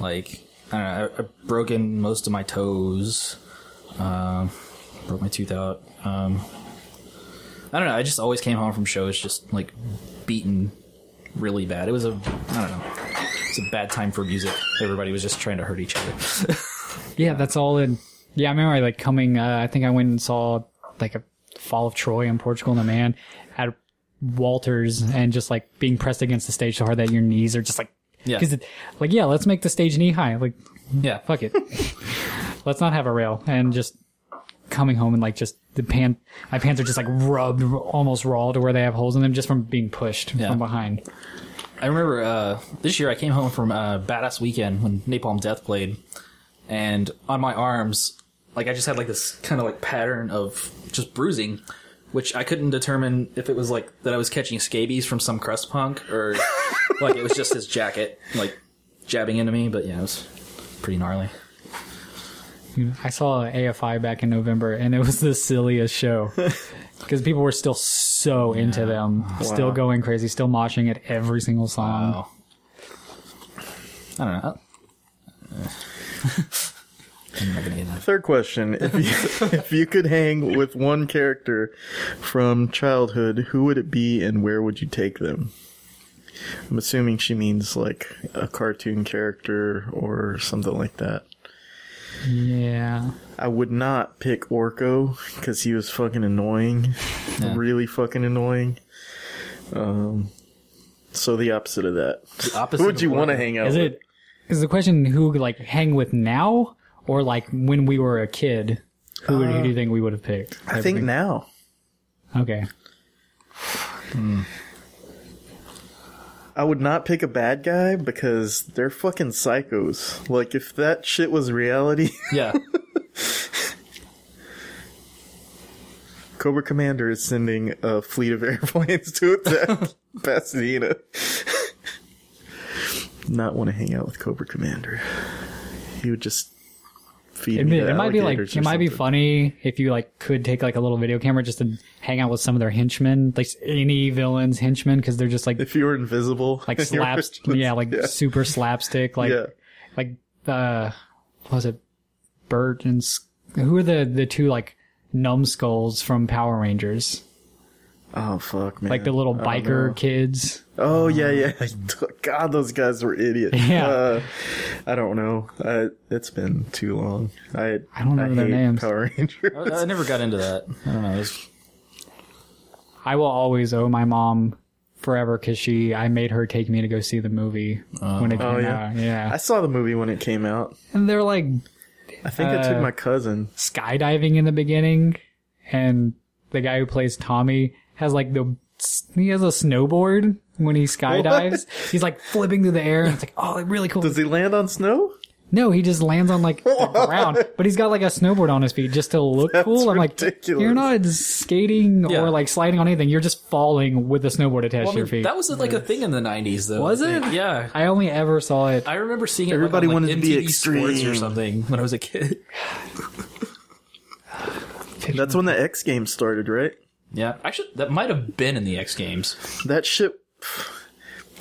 C: Like, I don't know, I, I've broken most of my toes, um, broke my tooth out. Um, I don't know. I just always came home from shows just like beaten really bad. It was a, I don't know, it's a bad time for music. Everybody was just trying to hurt each other.
D: Yeah, that's all in. Yeah, I remember like coming. Uh, I think I went and saw like a Fall of Troy in Portugal and the Man at Walters,
C: Mm-hmm.
D: and just like being pressed against the stage so hard that your knees are just like
C: Yeah.
D: because like yeah, let's make the stage knee high. Like
C: yeah.
D: fuck it, let's not have a rail and just coming home and like just the pant, my pants are just like rubbed almost raw to where they have holes in them just from being pushed
C: Yeah.
D: from behind.
C: I remember uh, this year I came home from uh, Badass Weekend when Napalm Death played, and on my arms, like I just had like this kind of like pattern of just bruising, which I couldn't determine if it was like that I was catching scabies from some crust punk or like it was just his jacket like jabbing into me. But yeah, it was pretty gnarly.
D: I saw a AFI back in November, and it was the silliest show because people were still so into them, still going crazy, still moshing at every single song.
C: Wow. I don't know. I'm not gonna get that.
B: Third question: If you, if you could hang with one character from childhood, who would it be, and where would you take them? I'm assuming she means like a cartoon character or something like that.
D: Yeah,
B: I would not pick Orko because he was fucking annoying,
C: Yeah.
B: really fucking annoying. Um, so the opposite of that.
C: The opposite
B: Who would
C: of
B: you
C: what?
B: want to hang out?
D: is
B: with?
D: it? Is the question who like hang with now or like when we were a kid? Who, would, who do you think we would have picked?
B: Uh, I think now.
D: Okay,
B: I would not pick a bad guy because they're fucking psychos. Like if that shit was reality,
C: Yeah.
B: Cobra Commander is sending a fleet of airplanes to attack Pasadena. not want to hang out with Cobra Commander. He would just feed
D: it,
B: me.
D: may-
B: to
D: it might be like
B: alligators
D: it
B: or
D: might be
B: something.
D: funny if you like could take like a little video camera just to hang out with some of their henchmen, like any villains henchmen, because they're just like
B: If you were invisible,
D: like
B: and you were
D: slaps,
B: just-
D: yeah, like super slapstick, like
B: yeah.
D: like uh, what was it Bert and S- who are the the two like numbskulls from Power Rangers,
B: Oh fuck, man!
D: like the little
B: I don't
D: biker
B: know.
D: kids.
B: Oh yeah, yeah. God, those guys were idiots.
D: Um, Yeah.
B: Uh, I don't know. I, it's been too long. I
D: I don't remember their
B: hate
D: names.
B: Power Rangers.
C: I, I never got into that. I don't know. It was-
D: I will always owe my mom forever because she I made her take me to go see the movie when it came
B: Oh, yeah?
D: out. Yeah,
B: I saw the movie when it came out.
D: and they're like
B: I think I took
D: Uh,
B: my cousin.
D: skydiving in the beginning, and the guy who plays Tommy has like the he has a snowboard when he skydives. He's like flipping through the air, and it's like oh, really cool.
B: Does he land on snow?
D: No, he just lands on like the ground, but he's got like a snowboard on his feet just to look cool. I'm
B: ridiculous.
D: like, you're not skating
C: Yeah.
D: or like sliding on anything. You're just falling with a snowboard attached
C: Well, I
D: to your
C: mean,
D: feet.
C: that was like a thing in the '90s, though.
D: Was
C: I
D: it?
C: think. Yeah,
D: I only ever saw it.
C: I remember seeing it.
B: Everybody
C: like, on,
B: wanted
C: like,
B: to be
C: MTV Sports
B: extreme.
C: or something when I was a kid.
B: That's when the X Games started, right?
C: Yeah, actually, that might have been in the X Games.
B: That shit.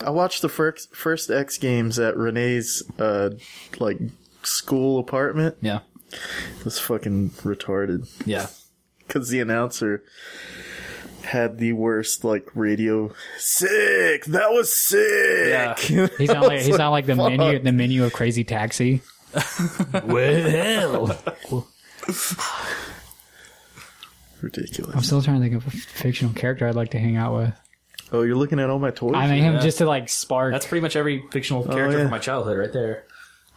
B: I watched the first first X Games at Renee's uh, like school apartment.
C: Yeah,
B: It was fucking retarded.
C: yeah.
B: because the announcer had the worst like radio sick that was sick
D: He's not like he's
B: like,
D: not like the menu the menu of Crazy Taxi.
C: Well,
D: I'm
B: ridiculous
D: still trying to think of a fictional character I'd like to hang out with.
B: oh you're looking at all my toys
D: I mean, him
C: Yeah.
D: just to like spark.
C: that's pretty much every fictional character
B: Oh, yeah.
C: from my childhood, right there.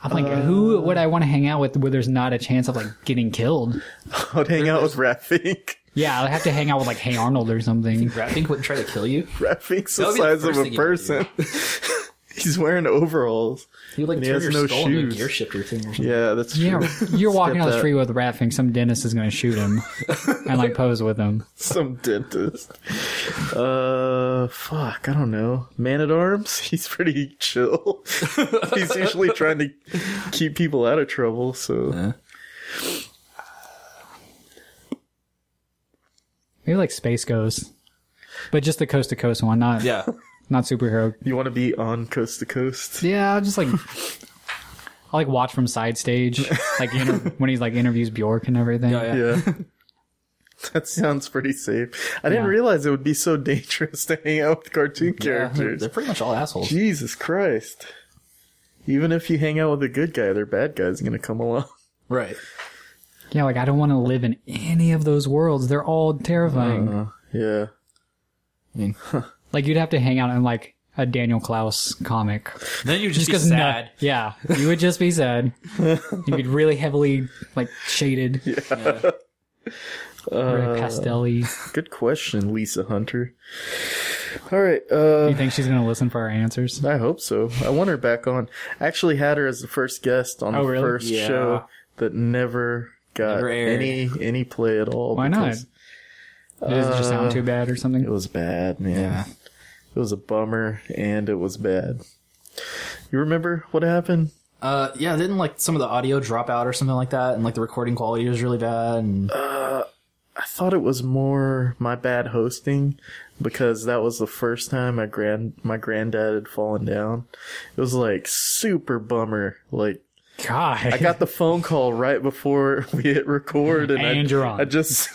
D: I'm like,
C: uh,
D: who would I want to hang out with where there's not a chance of like getting killed?
B: i'd hang out with rafink
D: Yeah, I'd have to hang out with like Hey Arnold or something.
C: Rapping wouldn't try to kill you.
B: rafink's the
C: That would be the
B: size of
C: first
B: a
C: thing you would
B: person he's wearing overalls
C: He would like
B: And he
C: turn
B: has
C: your
B: no
C: skull into a
B: shoes.
C: gear shifter thing. Or something.
B: yeah that's true
D: Yeah, you're walking
B: Skip
D: down
B: that.
D: the street with Raffing, some dentist is going to shoot him and like pose with him.
B: some dentist uh fuck i don't know man at arms he's pretty chill he's usually trying to keep people out of trouble so
D: Maybe like Space Ghost, but just the coast to coast one, not
C: Yeah,
D: not superhero.
B: you want to be on coast to coast
D: Yeah, I'll just like I like watch from side stage, like inter- when he's like interviews Bjork and everything.
C: yeah, yeah.
B: Yeah. that sounds pretty safe. I didn't
D: Yeah.
B: realize it would be so dangerous to hang out with cartoon
C: Yeah, they're,
B: characters.
C: they're pretty much all assholes.
B: Jesus Christ. Even if you hang out with a good guy, their bad guy's gonna come along.
C: Right.
D: Yeah, like I don't want to live in any of those worlds. They're all terrifying.
C: Uh.
B: Yeah.
D: Like you'd have to hang out in like a Daniel Klaus comic.
C: Then you just,
D: Just
C: be
D: because
C: sad.
D: yeah, you would just be sad. You'd be really heavily like shaded. Yeah. Very pastelly.
B: Good question, Lisa Hunter. All right. Uh,
D: You think she's gonna listen for our answers?
B: I hope so. I want her back on. I actually had her as the first guest on
D: Oh,
B: the
D: really?
B: first
C: Yeah.
B: show that never got
C: Never aired.
B: any any play at all.
D: Why not?
B: because
D: Does it just sound too bad or something?
B: It was bad, man. It was a bummer, and it was bad. You remember what happened?
C: Uh, yeah, didn't like some of the audio drop out or something like that, and like the recording quality was really bad. And
D: Uh.
B: I thought it was more my bad hosting because that was the first time my grand my granddad had fallen down. It was like super bummer. Like
D: God,
B: I got the phone call right before we hit record, and, I,
D: And you're on.
B: I just.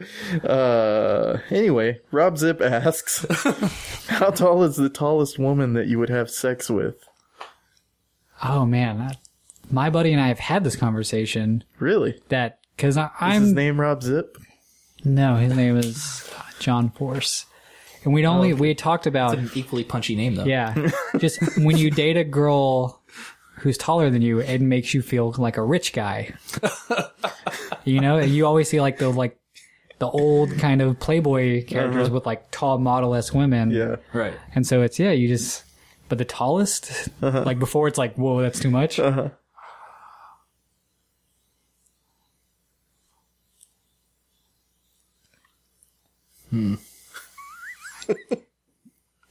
B: uh, anyway, Rob Zip asks, "How tall is the tallest woman that you would have sex with?"
D: Oh man, that, my buddy and I have had this conversation
B: Really? Is
D: that because I'm
B: his name Rob Zip?
D: no, his name is uh, John Force, and
B: Oh,
D: we'd only we had talked about
C: an equally punchy name though.
D: yeah, just when you date a girl who's taller than you, it makes you feel like a rich guy. you know, you always see like the like the old kind of playboy characters with like tall model esque women,
B: Yeah.
C: Right.
D: and so it's yeah, you just but the tallest
B: Uh-huh.
D: like before it's like whoa that's too much. Hmm.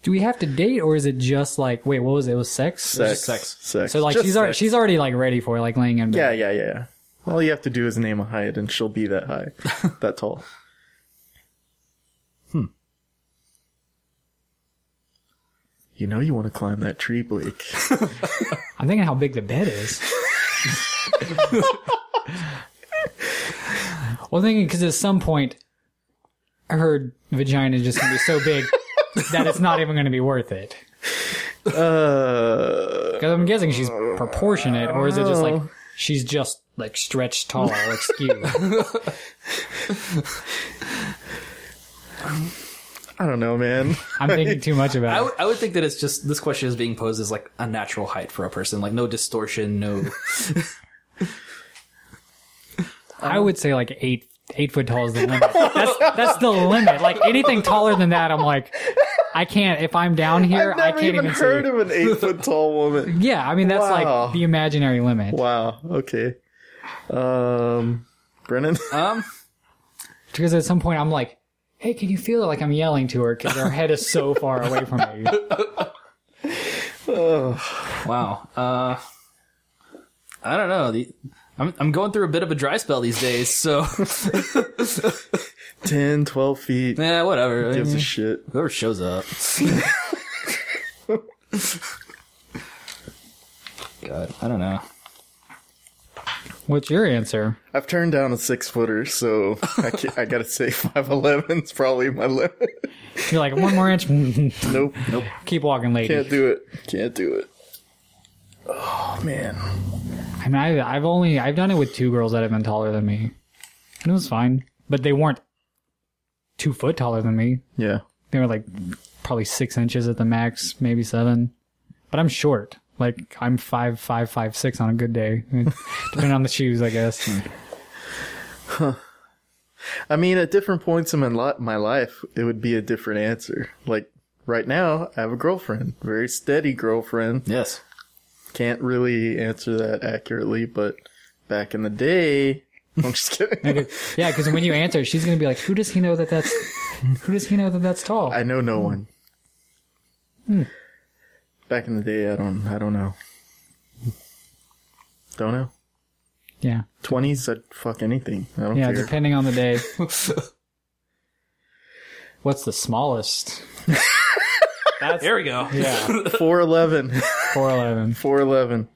D: Do we have to date, or is it just like wait, what was it? It was sex.
B: Sex.
C: sex.
B: Sex.
D: So like
B: Just
D: she's already
B: sex.
D: she's already like ready for it, like laying in
B: Yeah,
D: bed.
B: yeah, yeah. All you have to do is name a height, and she'll be that high, that tall. Hmm. You know you want to climb that tree, Blake.
D: I'm thinking how big the bed is. well, I'm thinking because at some point her vagina is just gonna be so big that it's not even gonna be worth it.
B: Uh,
D: Because I'm guessing she's proportionate, or is it just like she's just like stretched tall, like skewed?
B: I don't know, man.
D: I'm thinking too much
C: I
D: about it.
C: would- I would think that it's just this question is being posed as like a natural height for a person, like no distortion, no.
D: I would say like eight eight foot tall is the limit. That's that's the limit. Like anything taller than that, I'm like, I can't. If I'm down here,
B: I've
D: I
B: never
D: can't
B: even
D: even,
B: heard
D: see.
B: of an eight foot tall woman.
D: Yeah, I mean that's
B: Wow.
D: like the imaginary limit.
B: Wow. Okay. Um, Brennan.
D: Uh,
C: Um,
D: Because at some point, I'm like, hey, can you feel it? Like I'm yelling to her because her head is so far away from me.
C: wow. Uh, I don't know. The, I'm I'm going through a bit of a dry spell these days, so
B: 10, 12 feet.
C: yeah, whatever.
B: Gives a shit.
C: Whoever shows up. God, I don't know.
D: What's your answer?
B: I've turned down a six footer, so I, can't, I gotta say 5'11 is probably my limit.
D: You're like one more inch.
B: Nope. Nope.
D: Keep walking, lady.
B: Can't do it. Can't do it. Oh man.
D: I mean, I, I've only I've done it with two girls that have been taller than me, and it was fine. But they weren't two foot taller than me.
B: Yeah.
D: They were like probably six inches at the max, maybe seven. But I'm short. Like I'm five, five, five, six on a good day, depending on the shoes, I guess.
B: I mean, at different points in my, li- my life, it would be a different answer. Like right now, I have a girlfriend, very steady girlfriend.
C: Yes.
B: Can't really answer that accurately, but back in the day, I'm just kidding.
D: Yeah, because when you answer, she's gonna be like, "Who does he know that that's? Who does he know that that's tall?"
B: I know no one.
D: Hmm.
B: Back in the day, I don't, I don't know. Don't know.
D: yeah,
B: Twenties, I'd fuck anything. I don't
D: yeah,
B: care.
D: depending on the day. What's the smallest? That's
C: There we go.
D: yeah,
B: Four eleven.
D: four eleven.
B: Four eleven.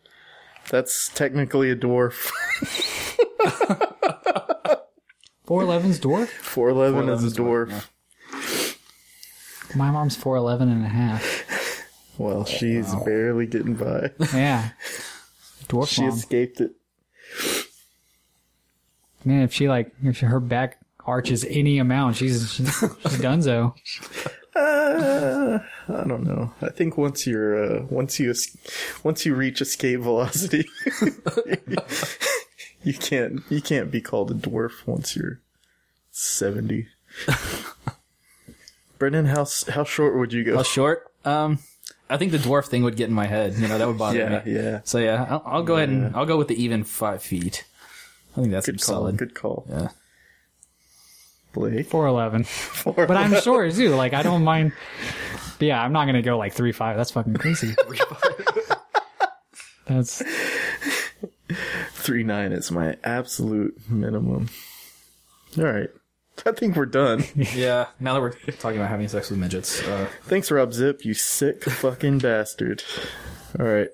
B: That's technically a dwarf.
D: Four eleven's dwarf.
B: Four eleven is a dwarf.
D: My mom's four eleven and a half.
B: Well, she's barely getting by.
D: Yeah, dwarf
B: she
D: mom.
B: escaped it.
D: Man, if she like if her back arches any amount, she's she's, she's donezo.
B: Uh, I don't know. I think once you're uh, once you es- once you reach escape velocity, You can't you can't be called a dwarf once you're seventy. Brendan, how s- how short would you go?
C: How short? Um, I think the dwarf thing would get in my head. You know, that would bother
B: Yeah,
C: me.
B: yeah.
C: So yeah, I'll, I'll go ahead and I'll go with the even five feet. I think that's
B: good call.
C: solid.
B: Good call.
C: Yeah.
B: Blake.
D: Four eleven.
B: But
D: But I'm short too. Like I don't mind. But yeah, I'm not gonna go like three five. That's fucking crazy. That's
B: three nine is my absolute minimum. All right, I think we're done.
C: Yeah. Now that we're talking about having sex with midgets, uh,
B: Thanks, Rob Zip. You sick fucking bastard. All right.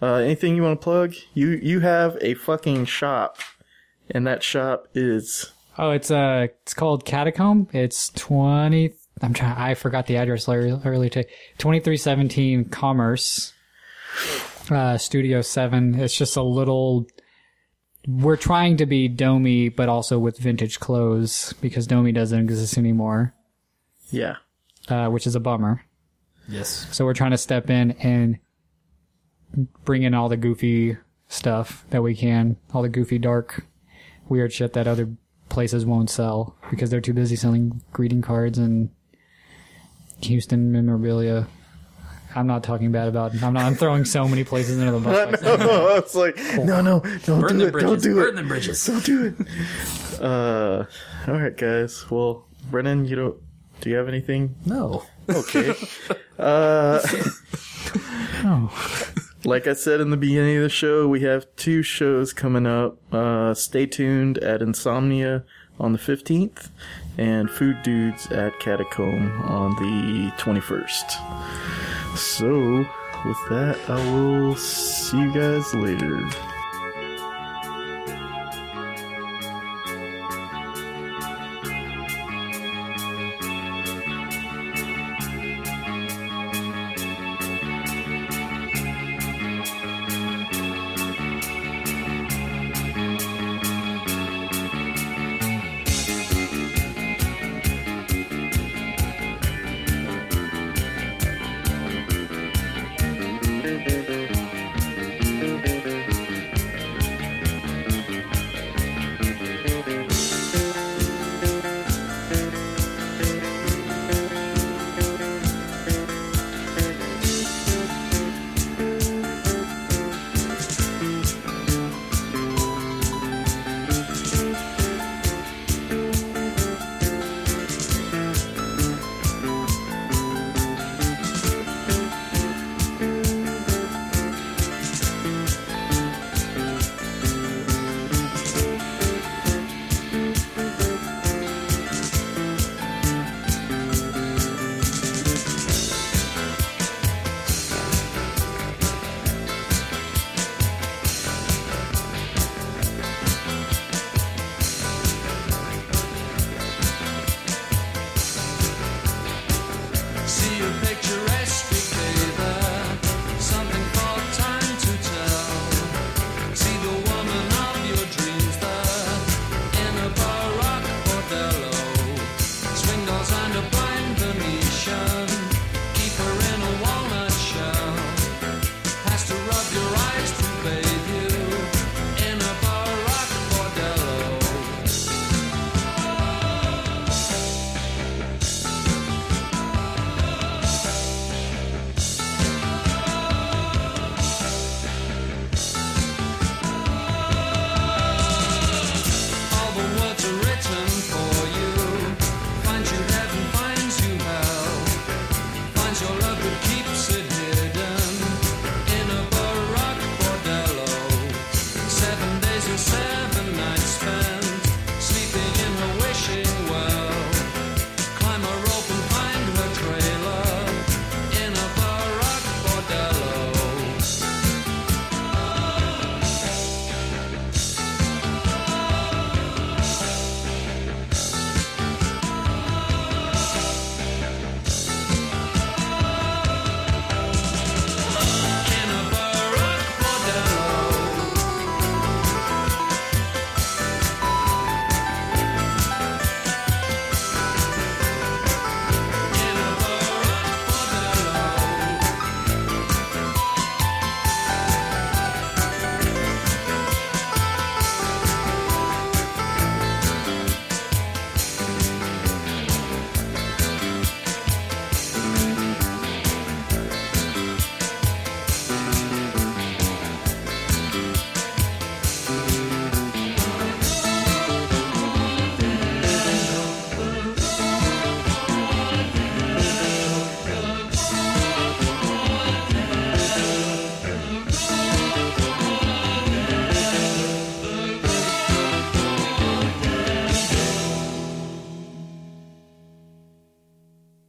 B: Uh, anything you want to plug? You you have a fucking shop, and that shop is
D: oh, it's uh, it's called Catacomb. It's twenty. I'm trying. I forgot the address earlier, earlier today. Twenty three seventeen Commerce, uh, Studio Seven. It's just a little. We're trying to be Domi, but also with vintage clothes because Domi doesn't exist anymore,
B: yeah.
D: uh, which is a bummer.
C: yes.
D: So we're trying to step in and bring in all the goofy stuff that we can, all the goofy, dark, weird shit that other places won't sell because they're too busy selling greeting cards and Houston memorabilia. I'm not talking bad about. I'm not. I'm throwing so many places under the bus. Like,
B: Oh, it's like no, no, don't
C: Burn
B: do
C: the
B: it, don't
C: bridges.
B: do it,
C: Burn the bridges.
B: don't do it. Uh, all right, guys. Well, Brennan, you don't. Do you have anything?
C: No.
B: Okay.
D: oh,
B: like I said in the beginning of the show, we have two shows coming up. Uh, stay tuned at Insomnia on the 15th and Food Dudes at Catacomb on the 21st. So, with that, I will see you guys later.